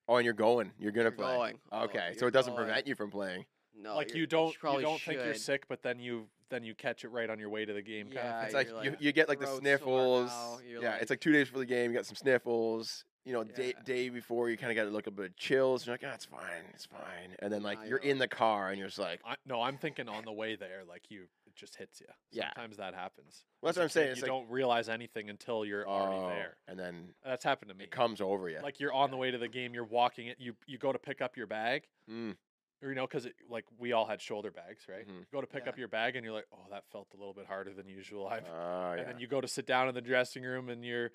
oh, and you're going. You're gonna You're play. going. Oh, Okay, so you're it doesn't going. prevent you from playing. No, like oh, you're- you don't you probably don't think you're should. sick, but then you then you catch it right on your way to the game. Yeah, kind It's of you're like, you, like, you get like the throat's sore sniffles. now, you're Yeah, like- it's like two days before the game, you got some sniffles. You know, day, Yeah. day before you kind of got a little bit of chills. You're like, ah, it's fine, it's fine. And then like Nah, you're you're in the car and you're just like, I, no, I'm thinking on the way there, like you, it just hits you. Yeah. Sometimes that happens. Well, that's As a what I'm saying, kid, it's you like- don't realize anything until you're "Oh," already there. And then That's happened to me. it comes over you. Like you're on the way to the game, you're walking it. You you go to pick up your bag, Mm. or you know, because like we all had shoulder bags, right? Mhm. You go to pick Yeah. up your bag, and you're like, oh, that felt a little bit harder than usual. I've Oh, yeah. and then you go to sit down in the dressing room and you're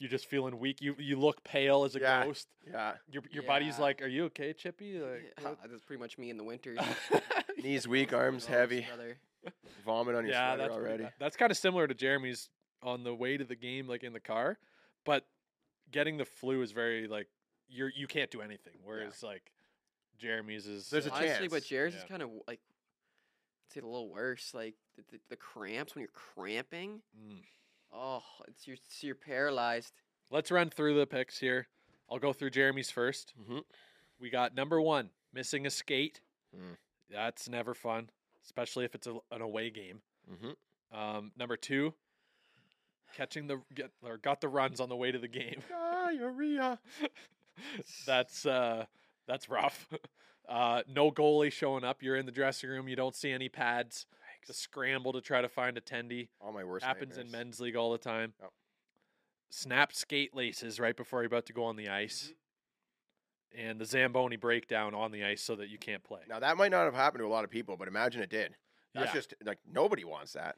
you're just feeling weak. You you look pale as a Yeah. ghost. Yeah. Your your body's Yeah. like, are you okay, Chippy? Like, Yeah, that's pretty much me in the winter. what- Knees weak, Nothing arms else, heavy, brother. vomit on your yeah, sweater that's pretty already. bad. That's kind of similar to Jeremy's on the way to the game, like in the car. But getting the flu is very like you're you can't do anything. Whereas like Jeremy's is There's a uh, Honestly, but chance. Jair's Yeah. is kind of like, I'd say a little worse. Like the, the, the cramps when you're cramping. mm. Oh, it's you're, so you're paralyzed. Let's run through the picks here. I'll go through Jeremy's first. Mhm. We got number one, missing a skate. Mm. That's never fun, especially if it's a, an away game. Mm-hmm. Um, number two, catching the get or got the runs on the way to the game. Diarrhea. Ah, that's uh, that's rough. Uh, no goalie showing up. You're in the dressing room. You don't see any pads. The scramble to try to find attendee All my worst happens in nightmares. men's league all the time. Yep. Snapped skate laces right before you're about to go on the ice, Mm-hmm. and the zamboni breakdown on the ice so that you can't play. Now that might not have happened to a lot of people, but imagine it did. That's Yeah. just like nobody wants that.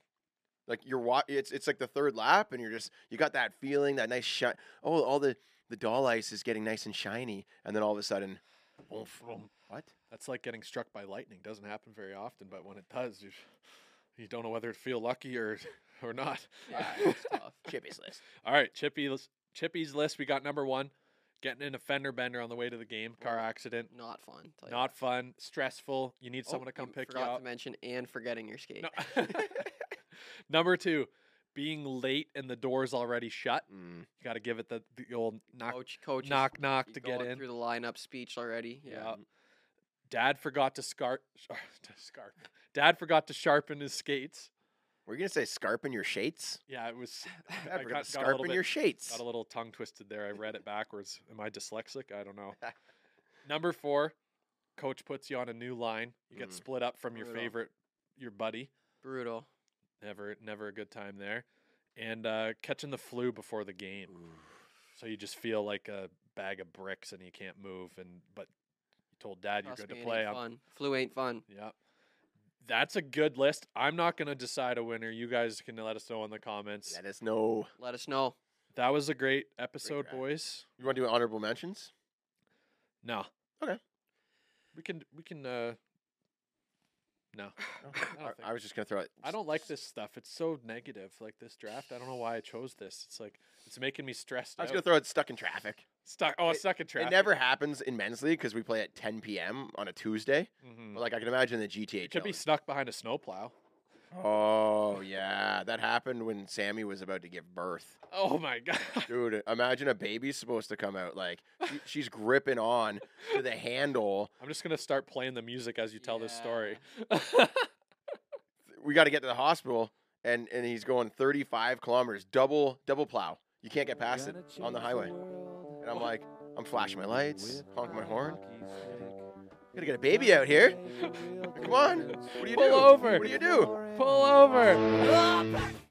Like you're wa- it's it's like the third lap, and you're just you got that feeling, that nice shine. Oh, all the the doll ice is getting nice and shiny, and then all of a sudden, oomph. what? That's like getting struck by lightning. Doesn't happen very often, but when it does, you you don't know whether to feel lucky or or not. Yeah, it's tough. Chippy's list. All right, Chippy's Chippy's list. We got number one, getting in a fender bender on the way to the game, car accident. Not fun. tell you Not that. fun, stressful. You need Oh, someone to come pick you forgot up. to mention and forgetting your skate. No. number two, being late and the door's already shut. Mm. You got to give it the, the old knock Coach, coach, is- knock knock Oh, you to get going in. through the lineup speech already. Yeah. Yeah. Dad forgot to scar to scarf. Dad forgot to sharpen his skates. We're you gonna say scarping your shades. Yeah, it was. I forgot to got- got a little scarping bit- your shades. Got a little tongue twisted there. I read it backwards. Am I dyslexic? I don't know. Number four, coach puts you on a new line. You get Mm. split up from your Brutal. favorite, your buddy. Brutal. Never, never a good time there. And uh, catching the flu before the game, so you just feel like a bag of bricks and you can't move. And but you told dad you're Trust good me, to it play. Ain't I'm- fun. Flu ain't fun. Yep. That's a good list. I'm not going to decide a winner. You guys can let us know in the comments. Let us know. Let us know. That was a great episode, draft. boys. You want to do honorable mentions? No. Okay. We can we can uh no. I I, don't, think- I was just gonna throw it. I don't like this stuff. It's so negative. Like this draft. I don't know why I chose this. It's like it's making me stressed I was out. gonna throw it stuck in traffic. stuck oh it- stuck in traffic. It never happens in men's league because we play at 10 p.m. on a Tuesday. Mhm. But like I can imagine the GTA. It could be snuck behind a snowplow. Oh yeah, that happened when Sammy was about to give birth. Oh my god. Dude, imagine a baby's supposed to come out like she- she's gripping on to the handle. I'm just gonna start playing the music as you tell this story. We got to get to the hospital, and and he's going 35 kilometers, double double plow. You can't get past it on the highway. And I'm like, I'm flashing my lights, honking my horn. Gotta get a baby out here. Come on, what do you Pull do? Ah, over. What do you do? Pull over.